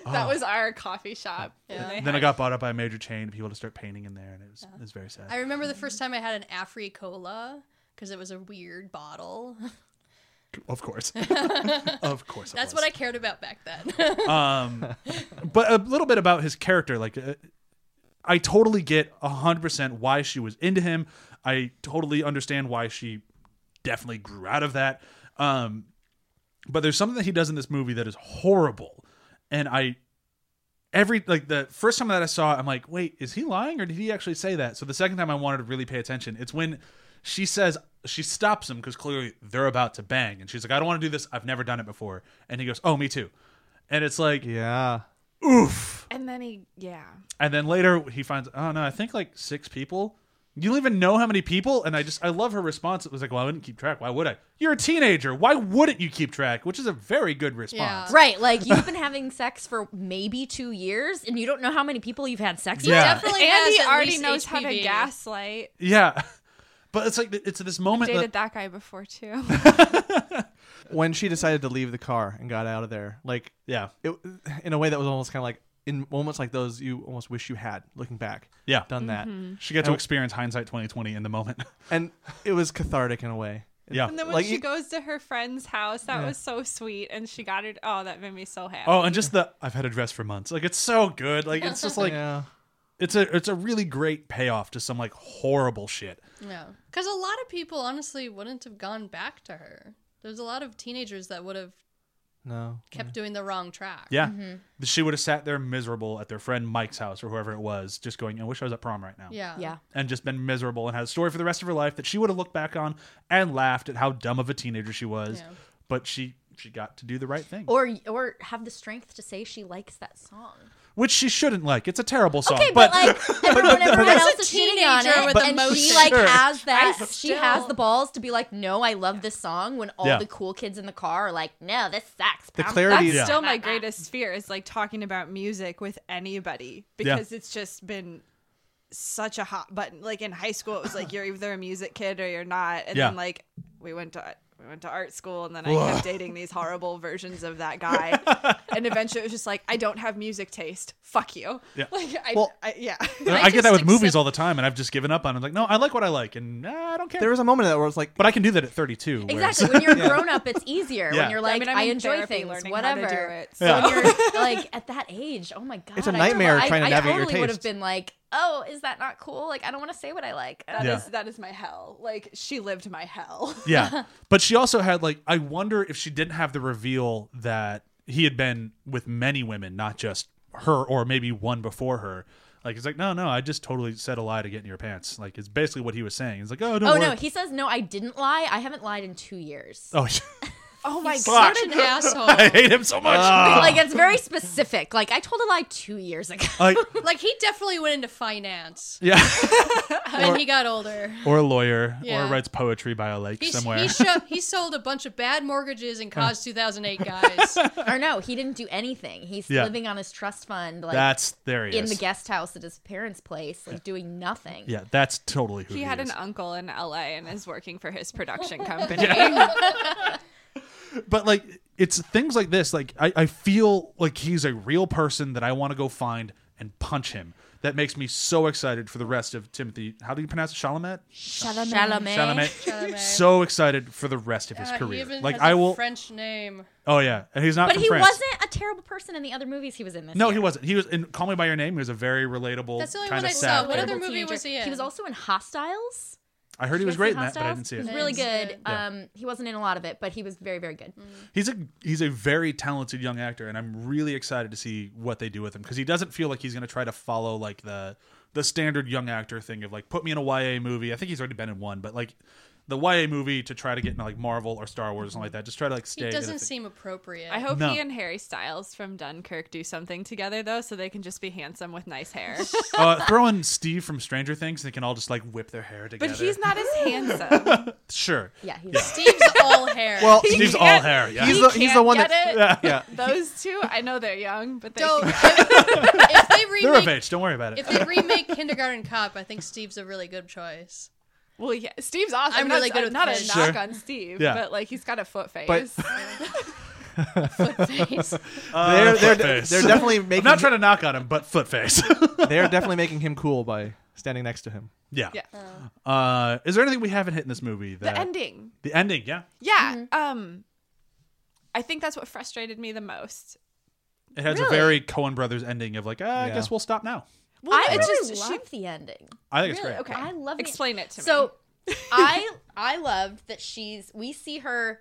Speaker 4: that. that was our coffee shop.
Speaker 3: Yeah.
Speaker 4: And they
Speaker 1: Oh. then I
Speaker 4: had-
Speaker 1: got bought up by a major chain. People to start painting in there, and it was it was very sad.
Speaker 3: I remember the first time I had an Afri Cola because it was a weird bottle. *laughs*
Speaker 1: of course, of course. it was.
Speaker 3: That's what I cared about back then.
Speaker 1: Um, but a little bit about his character. Like, uh, I totally get hundred percent why she was into him. I totally understand why she definitely grew out of that. Um, but there's something that he does in this movie that is horrible, and I every like the first time that I saw it, I'm like, wait, is he lying or did he actually say that? So the second time I wanted to really pay attention, it's when she says she stops him because clearly they're about to bang, and she's like, I don't want to do this. I've never done it before, and he goes, Oh, me too. And it's like,
Speaker 2: yeah.
Speaker 1: oof.
Speaker 4: And then he, yeah.
Speaker 1: And then later he finds, oh no, I think like six people. You don't even know how many people. And I just, I love her response. It was like, well, I wouldn't keep track. Why would I? You're a teenager. Why wouldn't you keep track? Which is a very good response.
Speaker 3: Yeah.
Speaker 5: Right, like
Speaker 1: *laughs*
Speaker 5: you've been having sex for maybe two years, and you don't know how many people you've had sex with.
Speaker 1: *laughs* Yeah.
Speaker 3: Definitely has
Speaker 4: Andy
Speaker 3: at
Speaker 4: already
Speaker 3: least
Speaker 4: knows how to
Speaker 3: HPV.
Speaker 4: gaslight.
Speaker 1: Yeah. *laughs* But it's like, it's this moment. That,
Speaker 4: Dated that guy
Speaker 1: *laughs*
Speaker 4: before too.
Speaker 2: When she decided to leave the car and got out of there, like
Speaker 1: yeah.
Speaker 2: it, in a way that was almost kind of like in moments like those, you almost wish you had looking back.
Speaker 1: Yeah.
Speaker 2: done that,
Speaker 4: Mm-hmm.
Speaker 1: She got to experience hindsight 2020 in the moment. *laughs*
Speaker 2: and it was cathartic in a way.
Speaker 1: yeah.
Speaker 4: And then when
Speaker 2: Like,
Speaker 4: she
Speaker 2: you-
Speaker 4: goes to her friend's house, that was so sweet. And she got it. Oh, that made me so happy.
Speaker 1: Oh, and just the, I've had a dress for months. Like, it's so good. Like, it's just
Speaker 2: *laughs*
Speaker 1: like,
Speaker 2: yeah,
Speaker 1: it's a, it's a really great payoff to some like horrible shit.
Speaker 3: No, because a lot of people honestly wouldn't have gone back to her. There's a lot of teenagers that would have
Speaker 2: no,
Speaker 3: kept doing the wrong track.
Speaker 1: Mm. Yeah. She would have sat there miserable at their friend Mike's house or whoever it was, just going, I wish I was at prom right now.
Speaker 3: Yeah.
Speaker 5: yeah.
Speaker 1: and just been miserable and had a story for the rest of her life that she would have looked back on and laughed at how dumb of a teenager she was.
Speaker 3: Yeah.
Speaker 1: But she she got to do the right thing,
Speaker 5: Or or have the strength to say she likes that song.
Speaker 1: which she shouldn't like. It's a terrible song,
Speaker 5: Okay,
Speaker 2: Um,
Speaker 5: but,
Speaker 2: *laughs*
Speaker 5: like everyone, everyone
Speaker 3: that's-
Speaker 5: else is cheating on
Speaker 3: Teenager
Speaker 5: it,
Speaker 3: with
Speaker 5: and she
Speaker 3: emotion.
Speaker 5: like
Speaker 1: Sure.
Speaker 5: has that.
Speaker 4: I
Speaker 5: she has
Speaker 4: still-
Speaker 5: the balls to be like, no, I love this song. When all
Speaker 1: Yeah.
Speaker 5: the cool kids in the car are like, no, this sucks.
Speaker 2: The
Speaker 5: pal."
Speaker 2: clarity-
Speaker 4: That's
Speaker 2: Yeah.
Speaker 4: still
Speaker 5: *laughs*
Speaker 4: my greatest fear is like talking about music with anybody because it's just been such a hot button. Like in high school, it
Speaker 1: *laughs*
Speaker 4: was like you're either a music kid or you're not. And
Speaker 1: Yeah.
Speaker 4: then like we went to we went to art school, and then I kept dating these horrible versions of
Speaker 1: *laughs*
Speaker 4: that guy. and eventually, it was just like I don't have music taste. Fuck you.
Speaker 1: *laughs* Yeah.
Speaker 4: Like I,
Speaker 2: Well-
Speaker 4: *laughs* I yeah.
Speaker 1: I, get that with
Speaker 3: just
Speaker 1: movies
Speaker 3: accept-
Speaker 1: all the time, and I've just given up on. it. I'm like, no, I like what I like, and nah, I don't care.
Speaker 2: there was a moment that where it's like,
Speaker 1: but I can do that at 32. whereas-
Speaker 5: Exactly.
Speaker 2: *laughs*
Speaker 5: When you're a grown up, it's easier.
Speaker 1: Yeah.
Speaker 5: When you're
Speaker 1: I
Speaker 5: like, I,
Speaker 4: I'm in
Speaker 5: enjoy
Speaker 4: therapy
Speaker 5: things,
Speaker 4: learning how to
Speaker 5: whatever.
Speaker 4: do it, so-
Speaker 1: Yeah.
Speaker 5: when you're
Speaker 2: *laughs*
Speaker 5: like at that age. Oh my god,
Speaker 2: It's a
Speaker 5: I don't
Speaker 2: nightmare
Speaker 5: know. I-
Speaker 2: trying to
Speaker 5: I,
Speaker 2: navigate your
Speaker 5: totally would have
Speaker 2: taste.
Speaker 5: been like, oh, is that not cool? Like, I don't want to say what I like.
Speaker 4: That is
Speaker 1: Yeah.
Speaker 4: that is my hell. Like she lived my hell.
Speaker 1: yeah, but she also had like, I wonder if she didn't have the reveal that he had been with many women, not just her, or maybe one before her. Like he's like, no, no, I just totally said a lie to get in your pants. Like it's basically what he was saying. He's like, oh, don't
Speaker 5: Oh
Speaker 1: worry.
Speaker 5: no, he says no. I didn't lie. I haven't lied in two years.
Speaker 1: *laughs* oh,
Speaker 4: *laughs*
Speaker 1: *laughs*
Speaker 4: Oh my
Speaker 1: Fuck. *laughs*
Speaker 3: Such an asshole.
Speaker 1: I hate him so much.
Speaker 5: Like it's very specific. Like I told a lie two years ago.
Speaker 1: *laughs* like,
Speaker 3: Like he definitely went into finance
Speaker 1: yeah,
Speaker 3: when he got older.
Speaker 1: or a lawyer,
Speaker 3: Yeah.
Speaker 1: or writes poetry by a lake
Speaker 3: He,
Speaker 1: somewhere.
Speaker 3: he, sho- he sold a bunch of bad mortgages and caused 2008
Speaker 1: *laughs*
Speaker 3: guys.
Speaker 5: *laughs*
Speaker 3: Uh,
Speaker 5: or no, he didn't do anything. He's
Speaker 1: Yeah.
Speaker 5: living on his trust fund, like
Speaker 1: that's there he
Speaker 5: in
Speaker 1: is.
Speaker 5: the guest house at his parents' place, like doing nothing.
Speaker 1: yeah, that's totally who
Speaker 4: He
Speaker 1: he
Speaker 4: had
Speaker 1: is.
Speaker 4: an uncle in LA and is working for his production company.
Speaker 1: but like it's things like this like I, I feel like he's a real person that i want to go find and punch him that makes me so excited for the rest of timothy how do you pronounce it Chalamet?
Speaker 5: Chalamet.
Speaker 1: Chalamet.
Speaker 3: Eh, Chalamet.
Speaker 1: so excited for the rest of his
Speaker 3: Uh, he
Speaker 1: career
Speaker 3: even
Speaker 1: like
Speaker 3: has
Speaker 1: i
Speaker 3: a
Speaker 1: will
Speaker 3: French name.
Speaker 1: oh yeah and he's not
Speaker 5: But
Speaker 1: from
Speaker 5: he
Speaker 1: France.
Speaker 5: wasn't a terrible person in the other movies he was in. This
Speaker 1: no
Speaker 5: year.
Speaker 1: he wasn't he was in call me by your name he was a very relatable
Speaker 3: That's the only
Speaker 1: kind of
Speaker 3: one I
Speaker 1: sad
Speaker 3: saw. What
Speaker 1: character.
Speaker 3: other movie was he in?
Speaker 5: He was also in Hostiles.
Speaker 1: i heard he
Speaker 5: You
Speaker 1: was great
Speaker 5: guys seen
Speaker 1: in that but i
Speaker 5: Hostiles?
Speaker 1: didn't see
Speaker 5: He
Speaker 1: it
Speaker 5: was really
Speaker 3: I didn't see
Speaker 5: good. Mm.
Speaker 3: it.
Speaker 1: Yeah.
Speaker 5: Um, he wasn't in a lot of it, but he was very, very good.
Speaker 1: he's a he's a very talented young actor and i'm really excited to see what they do with him because he doesn't feel like he's going to try to follow like the the standard young actor thing of like put me in a ya movie i think he's already been in one but like the ya movie to try to get in like marvel or star wars or something like that just try to like stay
Speaker 3: He
Speaker 1: in a
Speaker 3: doesn't
Speaker 1: thing.
Speaker 3: seem appropriate.
Speaker 4: I hope
Speaker 1: No.
Speaker 4: he and Harry Styles from Dunkirk do something together though, so they can just be handsome with nice hair.
Speaker 1: uh, throw in steve from stranger things they can all just like whip their hair
Speaker 4: But
Speaker 1: together
Speaker 4: he's not as
Speaker 2: *laughs*
Speaker 4: handsome.
Speaker 1: sure
Speaker 5: Yeah, he was.
Speaker 3: Steve's all hair.
Speaker 2: Well,
Speaker 1: steve's all
Speaker 4: can't-
Speaker 1: hair yeah
Speaker 2: He's the- he's the one
Speaker 4: get
Speaker 2: that-
Speaker 4: it.
Speaker 2: yeah.
Speaker 4: *laughs* Those two, I know they're young, but they
Speaker 1: *laughs*
Speaker 3: Don't- if they
Speaker 1: they're of
Speaker 3: remake,
Speaker 1: age don't worry about it
Speaker 3: if they remake Kindergarten Cop, I think Steve's a really good choice.
Speaker 4: well, yeah. Steve's awesome.
Speaker 3: I'm
Speaker 4: not,
Speaker 3: really good with
Speaker 4: not a
Speaker 3: kids.
Speaker 4: knock
Speaker 1: Sure.
Speaker 4: on Steve,
Speaker 1: Yeah.
Speaker 4: but like he's got a foot face.
Speaker 2: *laughs* But-
Speaker 3: Face.
Speaker 1: Uh,
Speaker 2: they're,
Speaker 1: foot
Speaker 2: they're,
Speaker 1: face.
Speaker 2: they're definitely
Speaker 1: *laughs* i'm
Speaker 2: making
Speaker 1: not trying to knock on him but foot face *laughs*
Speaker 2: they're definitely making him cool by standing next to him.
Speaker 1: yeah,
Speaker 4: Yeah.
Speaker 1: Uh, is there anything we haven't hit in this movie
Speaker 4: the
Speaker 1: that
Speaker 4: ending.
Speaker 1: the ending yeah
Speaker 4: Yeah. Um I think that's what frustrated me the most.
Speaker 1: It has
Speaker 5: Really?
Speaker 1: a very Cohen Brothers ending of like, ah, I
Speaker 2: Yeah.
Speaker 1: guess we'll stop now.
Speaker 4: Well,
Speaker 5: I
Speaker 4: it's
Speaker 5: really
Speaker 4: just
Speaker 5: love
Speaker 4: she
Speaker 5: the ending.
Speaker 1: I think it's
Speaker 5: Really?
Speaker 1: great.
Speaker 5: Okay. I love the-
Speaker 4: explain it to me. *laughs*
Speaker 5: So I I loved that she's we see her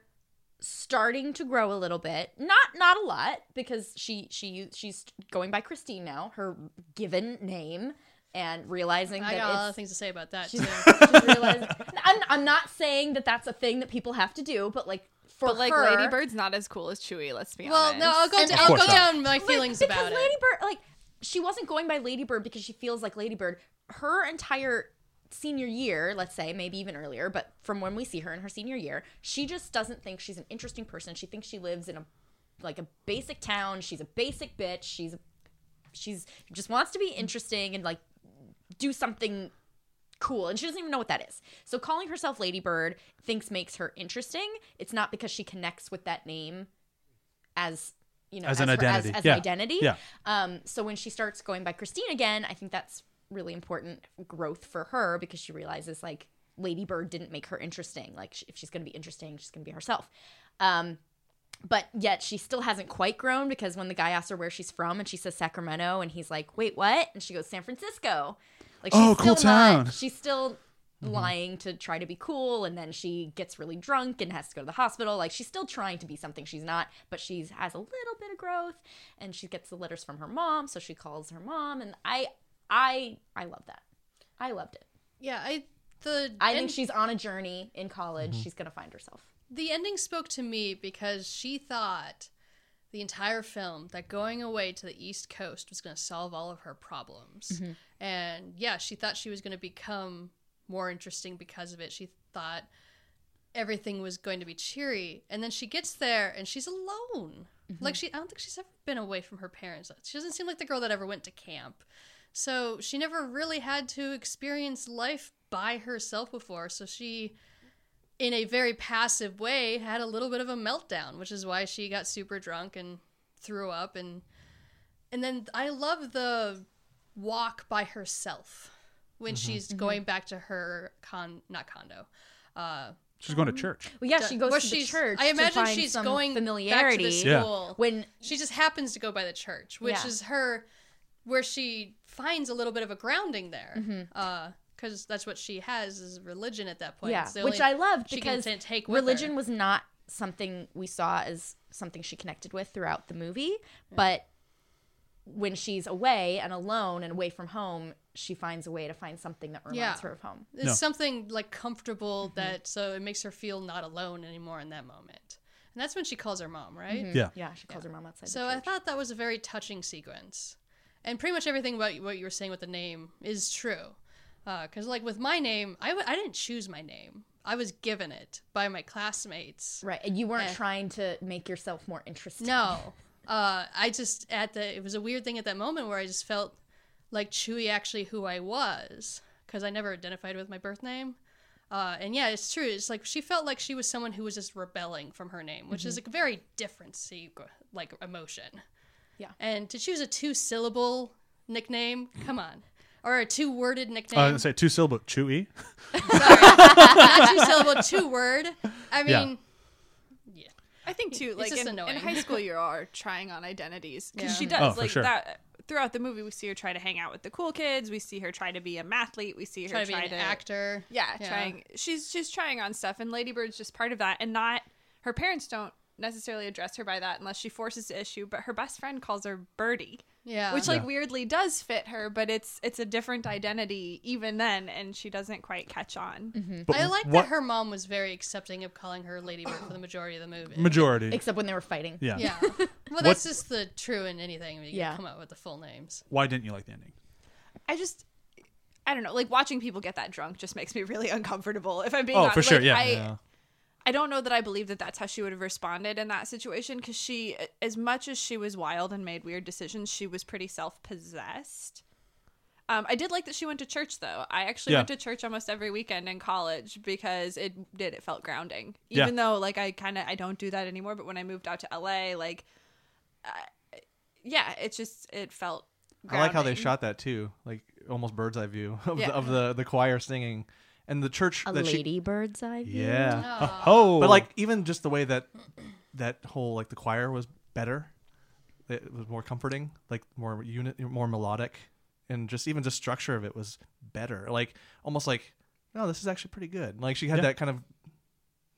Speaker 5: starting to grow a little bit. Not not a lot because she she she's going by Christine now, her given name and realizing
Speaker 3: I
Speaker 5: that
Speaker 3: got a lot of
Speaker 5: it's
Speaker 3: things to say about that
Speaker 5: she's,
Speaker 3: too.
Speaker 5: *laughs* she's realized I'm I'm not saying that that's a thing that people have to do, but like for
Speaker 4: but like
Speaker 5: her,
Speaker 4: Ladybird's not as cool as Chewie, let's be
Speaker 3: Well,
Speaker 4: honest.
Speaker 3: no, I'll go.
Speaker 5: And-
Speaker 3: d-
Speaker 5: Of
Speaker 3: I'll
Speaker 1: course
Speaker 3: go
Speaker 1: not.
Speaker 3: down my
Speaker 5: But-
Speaker 3: feelings
Speaker 5: because
Speaker 3: about it.
Speaker 5: Ladybird, like she wasn't going by Ladybird because she feels like Ladybird. Her entire senior year, let's say, maybe even earlier, but from when we see her in her senior year, she just doesn't think she's an interesting person. She thinks she lives in a like a basic town. She's a basic bitch. She's a she's just wants to be interesting and like do something cool and she doesn't even know what that is so calling herself ladybird thinks makes her interesting it's not because she connects with that name as you know
Speaker 1: As an
Speaker 5: her-
Speaker 1: identity.
Speaker 5: as, as
Speaker 1: Yeah.
Speaker 5: an identity
Speaker 1: Yeah.
Speaker 5: um so when she starts going by christine again i think that's really important growth for her because she realizes like ladybird didn't make her interesting like sh- if she's going to be interesting she's going to be herself um but yet she still hasn't quite grown because when the guy asks her where she's from and she says Sacramento and he's like, "Wait, what?" and she goes, "San Francisco." Like she's
Speaker 1: Oh,
Speaker 5: still
Speaker 1: cool
Speaker 5: not,
Speaker 1: town. Mm-hmm.
Speaker 5: she's still lying to try to be cool and then she gets really drunk and has to go to the hospital. Like she's still trying to be something she's not, but she has a little bit of growth and she gets the letters from her mom, so she calls her mom and I I I love that. I loved it.
Speaker 3: Yeah, I the
Speaker 5: I
Speaker 3: end-
Speaker 5: think she's on a journey in college.
Speaker 1: Mm-hmm.
Speaker 5: She's going to find herself.
Speaker 3: the ending spoke to me because she thought the entire film that going away to the east coast was going to solve all of her problems and yeah she thought she was going to become more interesting because of it she thought everything was going to be cheery and then she gets there and she's alone like she i don't think she's ever been away from her parents she doesn't seem like the girl that ever went to camp so she never really had to experience life by herself before so she in a very passive way, had a little bit of a meltdown, which is why she got super drunk and threw up and and then I love the walk by herself when
Speaker 5: Mm-hmm.
Speaker 3: she's going back to her con not condo. Uh,
Speaker 1: She's going to church.
Speaker 5: Well, yeah, she goes
Speaker 3: where
Speaker 5: to the
Speaker 3: she's-
Speaker 5: church.
Speaker 3: I imagine
Speaker 5: to find
Speaker 3: she's
Speaker 5: some
Speaker 3: going
Speaker 5: familiarity
Speaker 3: back to the
Speaker 1: Yeah.
Speaker 3: school.
Speaker 5: when
Speaker 3: She just happens to go by the church, which
Speaker 5: Yeah.
Speaker 3: is her where she finds a little bit of a grounding there.
Speaker 5: Mm-hmm.
Speaker 3: because that's what she has is religion at that point.
Speaker 5: yeah,
Speaker 3: It's the
Speaker 5: which I
Speaker 3: only-
Speaker 5: loved
Speaker 3: she
Speaker 5: because
Speaker 3: can t- take with
Speaker 5: religion
Speaker 3: her.
Speaker 5: was not something we saw as something she connected with throughout the movie, but when she's away and alone and away from home, she finds a way to find something that reminds
Speaker 3: Yeah.
Speaker 5: her of home.
Speaker 3: It's
Speaker 1: No.
Speaker 3: something like comfortable that so it makes her feel not alone anymore in that moment. And that's when she calls her mom, right?
Speaker 1: Yeah.
Speaker 5: Yeah, she calls her mom outside.
Speaker 3: So
Speaker 5: the
Speaker 3: I
Speaker 5: church.
Speaker 3: thought that was a very touching sequence, and pretty much everything about what you were saying with the name is true. Because like with my name, I w- I didn't choose my name; I was given it by my classmates.
Speaker 5: right, and you weren't
Speaker 3: Eh.
Speaker 5: trying to make yourself more interesting.
Speaker 3: No, uh, I just at the it was a weird thing at that moment where I just felt like Chewy actually who I was because I never identified with my birth name. Uh, and yeah, it's true. It's like she felt like she was someone who was just rebelling from her name, which is a very different sequ- like emotion.
Speaker 5: Yeah.
Speaker 3: And to choose a two syllable nickname, come on, or a two worded nickname.
Speaker 1: I was gonna Uh, say two syllable chewy.
Speaker 3: not two syllable, two word. I
Speaker 1: Yeah.
Speaker 3: mean, yeah.
Speaker 4: I think too, like
Speaker 3: just
Speaker 4: in, in
Speaker 3: annoying.
Speaker 4: high
Speaker 3: *laughs*
Speaker 4: school, you are trying on identities because
Speaker 3: Yeah.
Speaker 4: she
Speaker 3: Mhm.
Speaker 4: does
Speaker 1: Oh, for
Speaker 4: like
Speaker 1: sure.
Speaker 4: that. Throughout the movie, we see her try to hang out with the cool kids. We see her try to be a mathlete. We see her
Speaker 3: Try to be an actor.
Speaker 4: Yeah, trying. She's she's trying on stuff, and Ladybird's just part of that, and not her parents don't necessarily address her by that unless she forces the issue. But her best friend calls her Birdie,
Speaker 3: Yeah.
Speaker 4: which like weirdly does fit her, but it's it's a different identity even then, and she doesn't quite catch
Speaker 3: Mm-hmm.
Speaker 4: on.
Speaker 1: But
Speaker 3: I like
Speaker 1: what
Speaker 3: that her mom was very accepting of calling her Ladybird for the majority of the movie.
Speaker 1: majority.
Speaker 5: Except when they were fighting.
Speaker 1: yeah. *laughs*
Speaker 3: yeah. Well, that's just the true in anything. You
Speaker 5: Yeah.
Speaker 3: yeah. come up with the full names.
Speaker 1: Why didn't you like the ending?
Speaker 4: I just I don't know, like watching people get that drunk just makes me really *laughs* uncomfortable. If I'm being
Speaker 1: Oh,
Speaker 4: honest,
Speaker 1: for sure.
Speaker 4: Like,
Speaker 1: yeah.
Speaker 4: I,
Speaker 1: yeah.
Speaker 4: I don't know that I believe that that's how she would have responded in that situation because she, as much as she was wild and made weird decisions, she was pretty self possessed. Um, I did like that she went to church though. I actually
Speaker 1: Yeah.
Speaker 4: went to church almost every weekend in college because it did it felt grounding.
Speaker 1: Yeah.
Speaker 4: Even though like I kind of I don't do that anymore, but when I moved out to LA, like, uh, yeah, it's just it felt.
Speaker 2: I like how they
Speaker 4: grounding.
Speaker 2: shot that too, like almost bird's eye view of,
Speaker 4: Yeah.
Speaker 2: the, of the the choir singing and the church
Speaker 5: A
Speaker 2: that she
Speaker 5: ladybird's eye view.
Speaker 2: yeah.
Speaker 1: Oh,
Speaker 2: But like even just the way that that whole like the choir was better, it was more comforting, like more unit, more melodic, and just even the structure of it was better. Like almost like, no, this is actually pretty good. Like she had
Speaker 1: Yeah.
Speaker 2: that kind of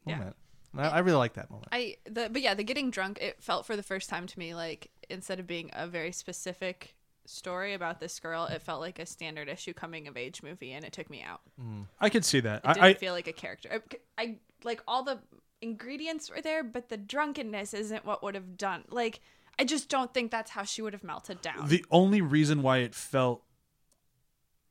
Speaker 4: Yeah.
Speaker 2: moment. And I, I really like that moment.
Speaker 4: I the but yeah, the getting drunk it felt for the first time to me like instead of being a very specific story about this girl, it felt like a standard issue coming of age movie, and it took me out.
Speaker 1: I could see that.
Speaker 4: It didn't
Speaker 1: I, I
Speaker 4: feel like a character. I, I- like all the ingredients were there, but the drunkenness isn't what would have done. Like I just don't think that's how she would have melted down.
Speaker 1: the only reason why it felt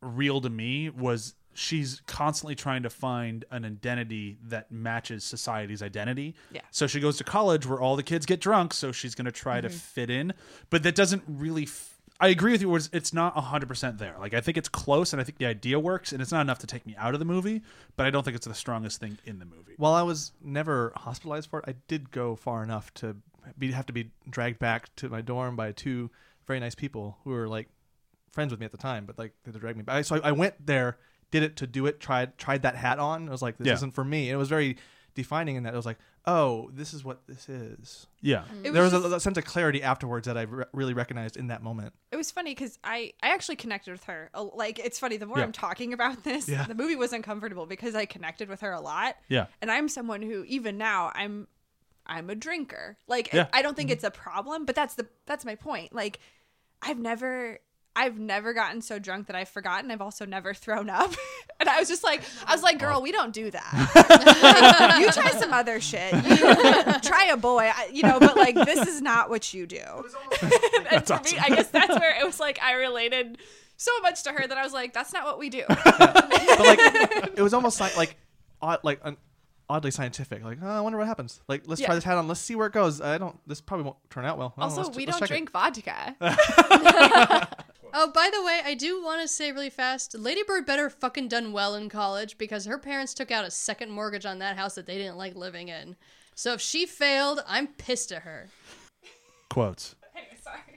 Speaker 1: real to me was she's constantly trying to find an identity that matches society's identity.
Speaker 4: Yeah.
Speaker 1: So she goes to college where all the kids get drunk, so she's going to try to fit in, but that doesn't really f- I agree with you whereas it's not 100% there. Like I think it's close and I think the idea works and it's not enough to take me out of the movie, but I don't think it's the strongest thing in the movie.
Speaker 2: While I was never hospitalized for it, I did go far enough to be have to be dragged back to my dorm by two very nice people who were like friends with me at the time, but like they dragged me back. So I, I went there, did it to do it, tried tried that hat on. I was like, this
Speaker 1: Yeah.
Speaker 2: isn't for me. And it was very defining in that it was like, oh, this is what this is.
Speaker 1: Yeah.
Speaker 4: It
Speaker 2: there was
Speaker 4: just-
Speaker 2: a, a sense of clarity afterwards that I re- really recognized in that moment.
Speaker 4: it was funny because I, I actually connected with her. a- Like, it's funny, the more
Speaker 1: Yeah.
Speaker 4: I'm talking about this,
Speaker 2: Yeah.
Speaker 4: the movie was uncomfortable because I connected with her a lot.
Speaker 1: Yeah.
Speaker 4: And I'm someone who, even now, I'm I'm a drinker. Like,
Speaker 1: Yeah.
Speaker 4: I don't think
Speaker 2: Mm-hmm.
Speaker 4: it's a problem, but that's the that's my point. Like, I've never I've never gotten so drunk that I've forgotten. I've also never *laughs* thrown up. and I was just like, I was like, girl, we don't
Speaker 2: *laughs*
Speaker 4: do that. Like, you try some other shit. You *laughs* try a boy, I, you know, but like, this is not what you do. *laughs*
Speaker 6: and for me, I guess that's where it was like I related
Speaker 4: So much to her that I was like, that's not what
Speaker 2: *laughs*
Speaker 4: we do.
Speaker 2: But like, it was almost like like odd, like an oddly scientific. Like, oh, I wonder what happens. Like, let's try
Speaker 4: Yeah.
Speaker 2: this hat on. Let's see where it goes. I don't. This probably won't turn out well. I know.
Speaker 4: Also,
Speaker 2: Let's-
Speaker 4: we
Speaker 2: let's
Speaker 4: don't
Speaker 2: check it. *laughs*
Speaker 4: drink vodka.
Speaker 3: Oh, by the way, I do want to say really fast Ladybird better fucking done well in college because her parents took out a second mortgage on that house that they didn't like living in. So if she failed, I'm pissed at her.
Speaker 1: quotes.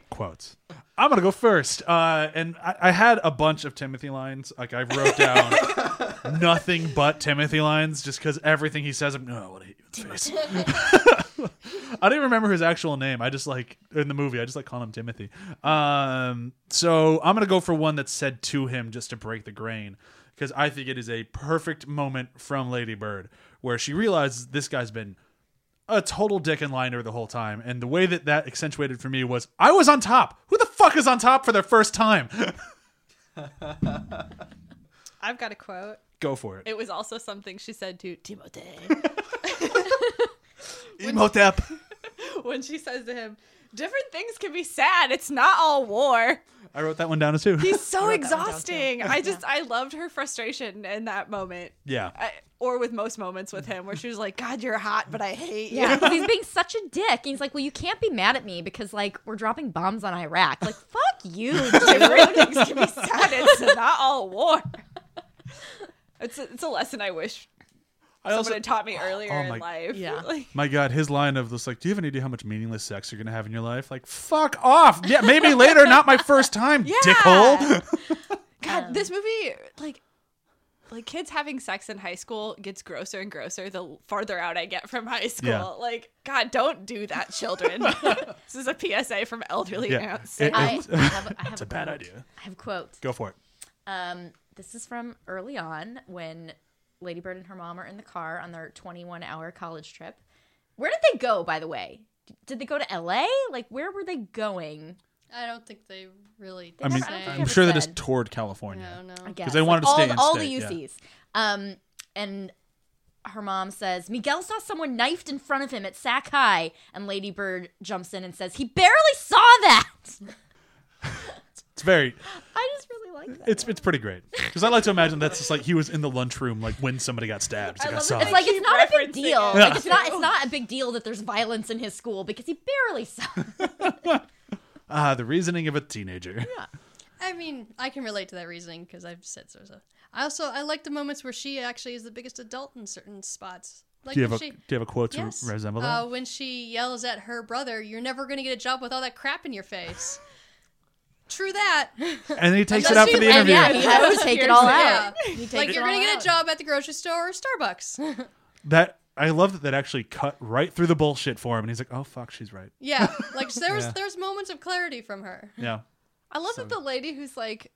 Speaker 1: Quotes. I'm gonna go first, uh, and I, I had a bunch of Timothy lines. Like I wrote down nothing but Timothy lines, just because everything he says, I'm no, I want to hit you in the face. I don't even remember his actual name. I just like in the movie, I just like call him Timothy. Um, so I'm gonna go for one that's said to him just to break the grain, because I think it is a perfect moment from Lady Bird where she realizes this guy's been a total dick and liner the whole time. And the way that that accentuated for me was I was on top. Who the fuck is on top for their first time? *laughs*
Speaker 4: I've got a quote.
Speaker 1: Go for it.
Speaker 4: It was also something she said to Timothy
Speaker 2: Emotep.
Speaker 4: *laughs* when she says to him, "Different things can be sad. It's not all war."
Speaker 1: I wrote that one down as too.
Speaker 4: He's so exhausting. I just I loved her frustration in that moment.
Speaker 1: *laughs* yeah.
Speaker 4: I, or with most moments with him where she was like, "God, you're hot, but I hate you."
Speaker 5: Yeah, 'cause
Speaker 3: *laughs*
Speaker 5: he's being such a dick. And he's like, "Well, you can't be mad at me because like we're dropping bombs on Iraq. Like, fuck
Speaker 3: *laughs*
Speaker 5: you, dude."
Speaker 4: Different *laughs* things can be sad. It's not all war. It's a, it's a lesson I wish
Speaker 1: I
Speaker 4: someone
Speaker 1: also-
Speaker 4: had taught me earlier
Speaker 1: Oh my-
Speaker 4: in life.
Speaker 5: Yeah.
Speaker 4: *laughs* Like,
Speaker 1: My God, his line of this, like, do you have any idea how much meaningless sex you're going to have in your life? Like, fuck off. Yeah, maybe later, not my first time, dickhole.
Speaker 4: God,
Speaker 1: Um,
Speaker 4: this movie, like, like kids having sex in high school gets grosser and grosser the farther out I get from high school.
Speaker 1: Yeah.
Speaker 4: Like, God, don't do that,
Speaker 1: *laughs*
Speaker 4: children. *laughs* this is a PSA from elderly
Speaker 1: Yeah.
Speaker 4: aunts.
Speaker 1: It-
Speaker 5: I, I have, I
Speaker 1: *laughs*
Speaker 5: have
Speaker 1: It's a bad
Speaker 5: quote.
Speaker 1: idea.
Speaker 5: I have a quote.
Speaker 1: Go for it.
Speaker 5: Um, this is from early on when Lady Bird and her mom are in the car on their 21 hour college trip. Where did they go, by the way? D- Did they go to LA? Like, where were they going?
Speaker 3: I don't think they really.
Speaker 1: I mean,
Speaker 5: I don't think
Speaker 1: I'm
Speaker 5: ever
Speaker 1: sure they just
Speaker 5: said.
Speaker 1: toured California.
Speaker 3: no, no.
Speaker 5: I guess.
Speaker 1: Oh. they wanted to
Speaker 5: all,
Speaker 1: stay in
Speaker 5: all
Speaker 1: state,
Speaker 5: the
Speaker 1: yeah.
Speaker 5: UCs. Um, and her mom says, Miguel saw someone knifed in front of him at Sac High. And Lady Bird jumps in and says, He barely saw that.
Speaker 1: It's very,
Speaker 5: *laughs* I just really like that.
Speaker 1: it's it's pretty great. Because I like to imagine that's just like he was in the lunchroom, like when somebody got stabbed. It's like, I, saw
Speaker 5: It's
Speaker 1: it.
Speaker 5: like it's not a big
Speaker 4: referencing
Speaker 5: deal.
Speaker 4: it.
Speaker 5: Like it's not it's not a big deal that there's violence in his school because he barely saw
Speaker 1: Ah, the reasoning of a teenager.
Speaker 3: I mean, I can relate to that reasoning because I've said so. so. I also I like the moments where she actually is the biggest adult in certain spots. Like
Speaker 1: do you have
Speaker 3: when
Speaker 1: a do you have a quote to
Speaker 3: yes,
Speaker 1: resemble that?
Speaker 3: Uh, when she yells at her brother, "You're never going to get a job with all that crap in your face." True that.
Speaker 1: and then he takes it
Speaker 3: does
Speaker 1: out
Speaker 3: she-
Speaker 1: for the
Speaker 3: and
Speaker 1: interview.
Speaker 5: yeah, he has to take it all
Speaker 3: Yeah.
Speaker 5: out. He takes
Speaker 3: like
Speaker 5: it
Speaker 3: you're
Speaker 5: all
Speaker 3: going to get
Speaker 5: out.
Speaker 3: a job at the grocery store or Starbucks.
Speaker 1: That I love that that actually cut right through the bullshit for him, and he's like, "Oh fuck, she's right."
Speaker 3: yeah, like so there was
Speaker 2: Yeah.
Speaker 3: there's moments of clarity from her.
Speaker 1: Yeah,
Speaker 4: I love that the lady who's like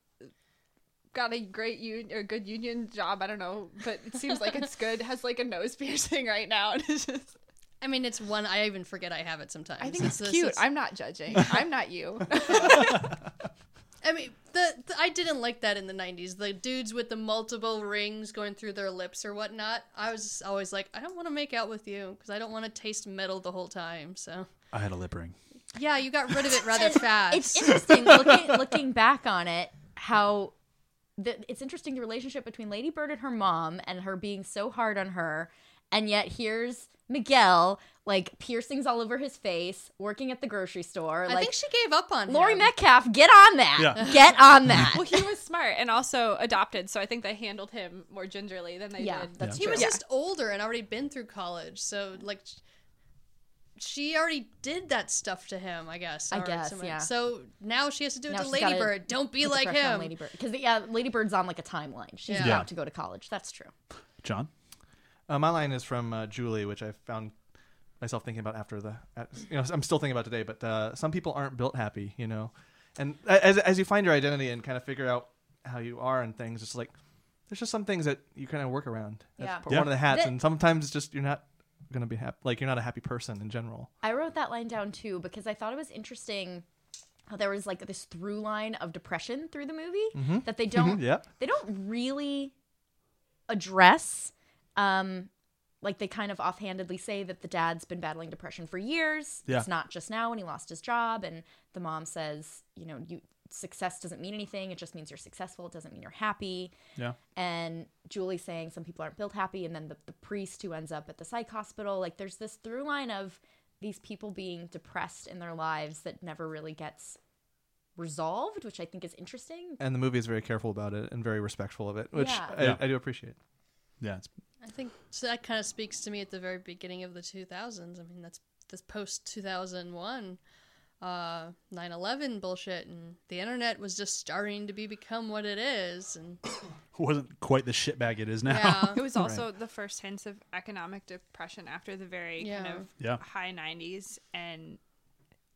Speaker 4: got a great union or good union job. I don't know, but it seems like it's good. Has like a nose *laughs* piercing right now, and it's just.
Speaker 3: I mean, it's one I even forget I have it sometimes.
Speaker 4: I think it's
Speaker 3: this-
Speaker 4: cute.
Speaker 3: it's-
Speaker 4: I'm
Speaker 1: *laughs*
Speaker 4: not judging. I'm not you. *laughs*
Speaker 3: I mean, the, the I didn't like that in the '90s. The dudes with the multiple rings going through their lips or whatnot. I was just always like, I don't want to make out with you because I don't want to taste metal the whole time. So
Speaker 1: I had a lip ring.
Speaker 3: yeah, you got rid of it rather fast.
Speaker 5: It's interesting looking looking back on it how the, it's interesting the relationship between Lady Bird and her mom and her being so hard on her and yet here's Miguel like piercings all over his face working at the grocery store
Speaker 3: I
Speaker 5: like
Speaker 3: think she gave up on
Speaker 5: Lori
Speaker 3: him.
Speaker 5: Metcalf get on that
Speaker 1: Yeah.
Speaker 5: get on that
Speaker 4: well, he was smart and also adopted, so I think they handled him more gingerly than they
Speaker 5: yeah
Speaker 4: did.
Speaker 5: that's
Speaker 3: He
Speaker 5: true
Speaker 3: was just older and already been through college, so like sh- she already did that stuff to him. I guess.
Speaker 5: I
Speaker 3: or
Speaker 5: guess,
Speaker 3: someone-
Speaker 5: yeah.
Speaker 3: So now she has to do it
Speaker 5: Now
Speaker 3: to
Speaker 5: she's
Speaker 3: Lady
Speaker 5: gotta
Speaker 3: Bird. Don't be
Speaker 5: Put the
Speaker 3: like
Speaker 5: pressure on
Speaker 3: him.
Speaker 5: Lady Bird because yeah Lady Bird's on like a timeline she's
Speaker 3: Yeah.
Speaker 1: Yeah.
Speaker 5: about to go to college that's true
Speaker 1: John,
Speaker 2: Uh, my line is from uh, Julie, which I found myself thinking about after the. At, you know, I'm still thinking about today, but uh, some people aren't built happy, you know. And a- as as you find your identity and kind of figure out how you are and things, it's like there's just some things that you kind of work around. That's
Speaker 5: Yeah.
Speaker 2: p-
Speaker 1: Yeah.
Speaker 2: One of the hats,
Speaker 5: The-
Speaker 2: and sometimes it's just you're not gonna be happy. Like you're not a happy person in general.
Speaker 5: I wrote that line down too because I thought it was interesting how there was like this through line of depression through the movie
Speaker 1: Mm-hmm. *laughs*
Speaker 5: that they don't
Speaker 2: Yep.
Speaker 5: they don't really address um like they kind of offhandedly say that the dad's been battling depression for years
Speaker 1: Yeah.
Speaker 5: it's not just now when he lost his job and the mom says you know you success doesn't mean anything it just means you're successful it doesn't mean you're happy
Speaker 1: yeah,
Speaker 5: and Julie saying some people aren't built happy, and then the, the priest who ends up at the psych hospital. Like there's this through line of these people being depressed in their lives that never really gets resolved, which I think is interesting.
Speaker 2: And the movie is very careful about it and very respectful of it, which
Speaker 5: Yeah.
Speaker 2: I,
Speaker 1: Yeah.
Speaker 2: I do appreciate.
Speaker 1: yeah. It's,
Speaker 3: I think so that kind of speaks to me at the very beginning of the 2000s. I mean, that's this post 2001 uh 9/11 bullshit and the internet was just starting to be become what it is
Speaker 5: *laughs*
Speaker 3: and
Speaker 1: wasn't quite the shitbag it is now.
Speaker 3: yeah.
Speaker 4: It was also the first hints of economic depression after the very
Speaker 3: Yeah.
Speaker 4: kind of
Speaker 1: Yeah.
Speaker 4: high 90s. And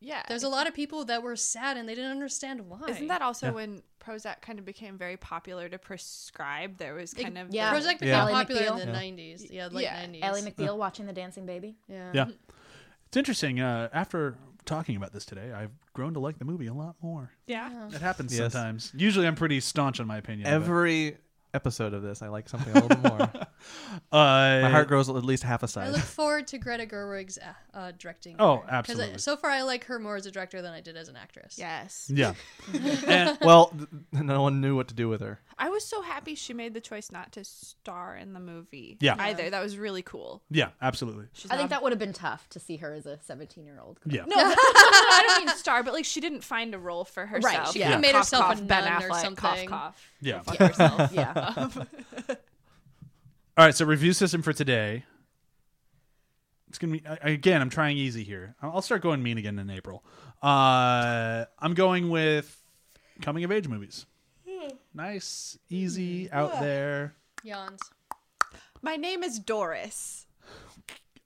Speaker 4: yeah.
Speaker 3: There's a lot of people that were sad and they didn't understand why.
Speaker 4: Isn't that also when Prozac kind of became very popular to prescribe, there was kind of
Speaker 5: yeah.
Speaker 4: the-
Speaker 3: Prozac became
Speaker 5: Yeah.
Speaker 3: popular in
Speaker 5: Ally
Speaker 3: the
Speaker 5: McBeal.
Speaker 3: nineties. Yeah, late
Speaker 4: Yeah.
Speaker 3: nineties.
Speaker 5: Ellie McBeal watching The Dancing Baby.
Speaker 3: yeah.
Speaker 1: *laughs* Yeah. It's interesting. Uh, after talking about this today, I've grown to like the movie a lot more.
Speaker 4: yeah.
Speaker 1: It happens
Speaker 2: Yes.
Speaker 1: sometimes. Usually, I'm pretty staunch on my opinion. but,
Speaker 2: Every episode of this, I like something a little bit more.
Speaker 1: *laughs* uh,
Speaker 2: My heart grows at least half a
Speaker 3: I
Speaker 2: size.
Speaker 3: look *laughs* forward to Greta Gerwig's uh, uh, directing.
Speaker 1: Oh,
Speaker 3: career. 'Cause I-
Speaker 1: absolutely.
Speaker 3: so far, I like her more as a director than I did as an actress.
Speaker 4: Yes.
Speaker 3: *laughs*
Speaker 1: Yeah. And-
Speaker 2: *laughs* well, th- no one knew what to do with her.
Speaker 4: I was so happy she made the choice not to star in the movie.
Speaker 1: Yeah.
Speaker 4: Either. That was really cool.
Speaker 1: yeah. Absolutely.
Speaker 4: She's
Speaker 5: I think
Speaker 4: not-
Speaker 5: that would have been tough to see her as a 17 year old.
Speaker 1: Yeah.
Speaker 4: No, no, no, I don't *laughs* mean star, but like she didn't find a role for herself.
Speaker 5: she Yeah. coulda
Speaker 3: made
Speaker 4: Cough,
Speaker 3: herself a
Speaker 4: cough, Ben
Speaker 3: nun or
Speaker 4: Affleck,
Speaker 3: something.
Speaker 4: Cough,
Speaker 1: Yeah.
Speaker 4: cough. Go fuck herself.
Speaker 5: Yeah.
Speaker 1: All right. So review system for today. It's gonna be I- again. I'm trying easy here. I'll I'll start going mean again in April. Uh, I'm going with coming of age movies. Nice, easy, out there.
Speaker 3: Yawns.
Speaker 4: My name is Doris.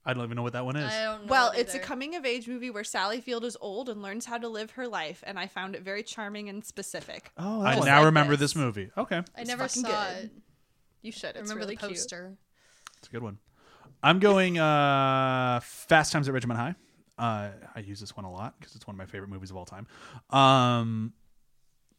Speaker 1: I don't even know what that one is.
Speaker 3: I don't know.
Speaker 4: Well,
Speaker 3: it
Speaker 4: it's a
Speaker 3: either.
Speaker 4: coming of age movie where Sally Field is old and learns how to live her life, and I found it very charming and specific.
Speaker 2: Oh,
Speaker 1: I
Speaker 2: that
Speaker 1: now
Speaker 4: like
Speaker 1: remember
Speaker 4: this.
Speaker 1: this movie. Okay,
Speaker 3: I never
Speaker 4: fucking
Speaker 3: saw
Speaker 4: good.
Speaker 3: it.
Speaker 4: You should. It's
Speaker 3: remember
Speaker 4: really
Speaker 3: the poster.
Speaker 1: It's a good one. I'm going uh, Fast Times at Ridgemont High. Uh, I use this one a lot because it's one of my favorite movies of all time. Um,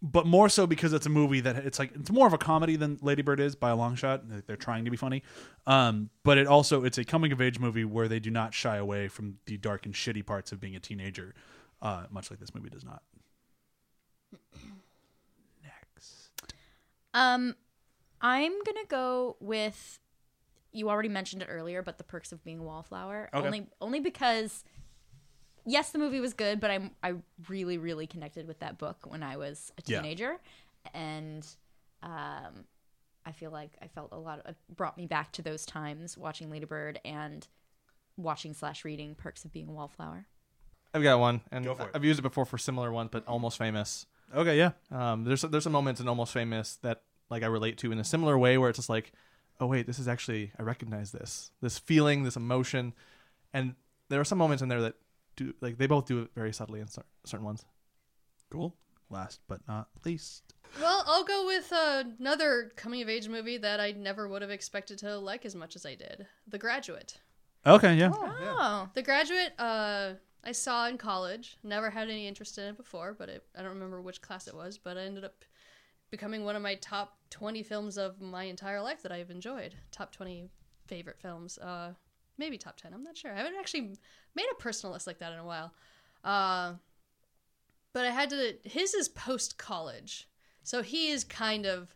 Speaker 1: but more so because it's a movie that it's like it's more of a comedy than Lady Bird is by a long shot. Like, They're trying to be funny, um, but it also it's a coming of age movie where they do not shy away from the dark and shitty parts of being a teenager, uh, much like this movie does not. Next,
Speaker 5: Um, I'm gonna go with. You already mentioned it earlier, but the perks of being a wallflower.
Speaker 1: Okay.
Speaker 5: Only, only because. Yes, the movie was good, but I'm I really really connected with that book when I was a
Speaker 1: Yeah.
Speaker 5: teenager, and um, I feel like I felt a lot. Of, it brought me back to those times watching Lady Bird and watching slash reading Perks of Being a Wallflower.
Speaker 2: I've got one, and
Speaker 1: Go for it.
Speaker 2: I've used it before for similar ones, but almost famous.
Speaker 1: okay, yeah,
Speaker 2: Um, there's there's some moments in Almost Famous that like I relate to in a similar way where it's just like, oh wait, this is actually I recognize this this feeling, this emotion, and there are some moments in there that do like they both do it very subtly in cer- certain ones.
Speaker 1: cool. Last but not least.
Speaker 3: Well, I'll go with uh, another coming of age movie that I never would have expected to like as much as I did The Graduate.
Speaker 1: Okay, yeah.
Speaker 5: Oh,
Speaker 3: The Graduate, uh, I saw in college. Never had any interest in it before, but it, I don't remember which class it was. But I ended up becoming one of my top 20 films of my entire life that I've enjoyed. Top 20 favorite films. Uh, maybe top 10. I'm not sure. I haven't actually made a personal list like that in a while. Uh, but I had to. His is post college. So he is kind of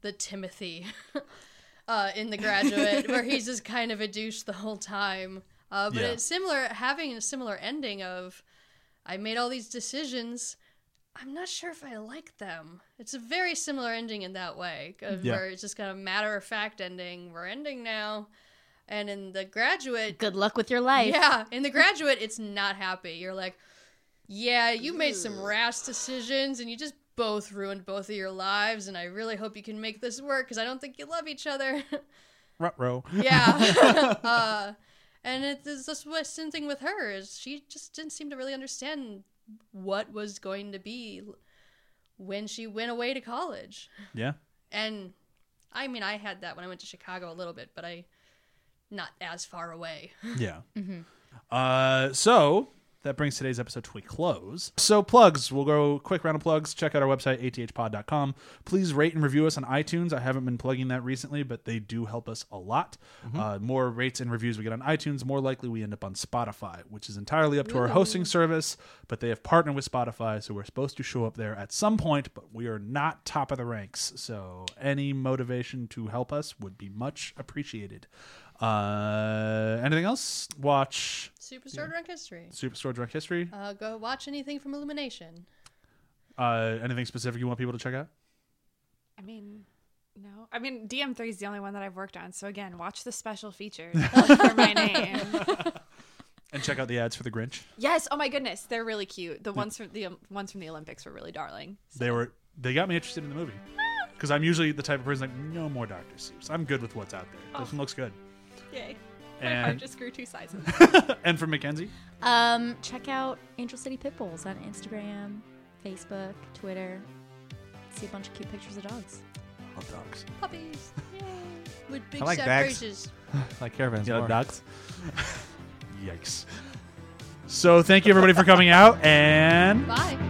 Speaker 3: the Timothy *laughs* uh, in The Graduate, where he's just kind of a douche the whole time. Uh, but
Speaker 1: Yeah.
Speaker 3: it's similar, having a similar ending of I made all these decisions. I'm not sure if I like them. It's a very similar ending in that way, uh,
Speaker 1: Yeah.
Speaker 3: where it's just kind of matter of fact ending. We're ending now. And in The Graduate,
Speaker 5: good luck with your life.
Speaker 3: yeah, in the graduate, it's not happy. You're like, yeah, you made some rash decisions, and you just both ruined both of your lives. And I really hope you can make this work because I don't think you love each other. *laughs*
Speaker 1: Ruh-roh.
Speaker 2: *laughs*
Speaker 3: yeah. *laughs* uh, and it, it's just the same thing with her is she just didn't seem to really understand what was going to be when she went away to college.
Speaker 1: Yeah.
Speaker 3: And I mean, I had that when I went to Chicago a little bit, but I not as far away.
Speaker 1: Yeah. Uh, so that brings today's episode to a close. So plugs, we'll go quick round of plugs. Check out our website athpod.com. Please rate and review us on iTunes. I haven't been plugging that recently, but they do help us a lot. Uh, more rates and reviews we get on iTunes, more likely we end up on Spotify, which is entirely up to our hosting service. But they have partnered with Spotify, so we're supposed to show up there at some point. But we are not top of the ranks, so any motivation to help us would be much appreciated. Uh, anything else? Watch
Speaker 3: Superstore Drunk History.
Speaker 1: Superstore Drunk History.
Speaker 3: Uh, go watch anything from Illumination.
Speaker 1: Uh, anything specific you want people to check out?
Speaker 4: I mean, no. I mean, DM3 is the only one that I've worked on. So again, watch the special
Speaker 1: *laughs*
Speaker 4: features for my name.
Speaker 1: And check out the ads for the Grinch.
Speaker 4: Yes. Oh my goodness, they're really cute. The ones from the um, ones from the Olympics were really darling.
Speaker 1: They were they got me interested in the movie because I'm usually the type of person like no more Doctor Seuss. I'm good with what's out there. This one looks good.
Speaker 4: Yay. My heart
Speaker 1: And
Speaker 4: just grew two sizes.
Speaker 1: and for Mackenzie,
Speaker 5: Um, check out Angel City Pitbulls on Instagram, Facebook, Twitter. see a bunch of cute pictures of dogs.
Speaker 1: Love dogs.
Speaker 3: Puppies. With big
Speaker 2: like
Speaker 3: sad
Speaker 2: bags.
Speaker 3: faces.
Speaker 2: like caravans. more.
Speaker 1: dogs. *laughs* Yikes. So thank you everybody for coming out and.
Speaker 3: Bye.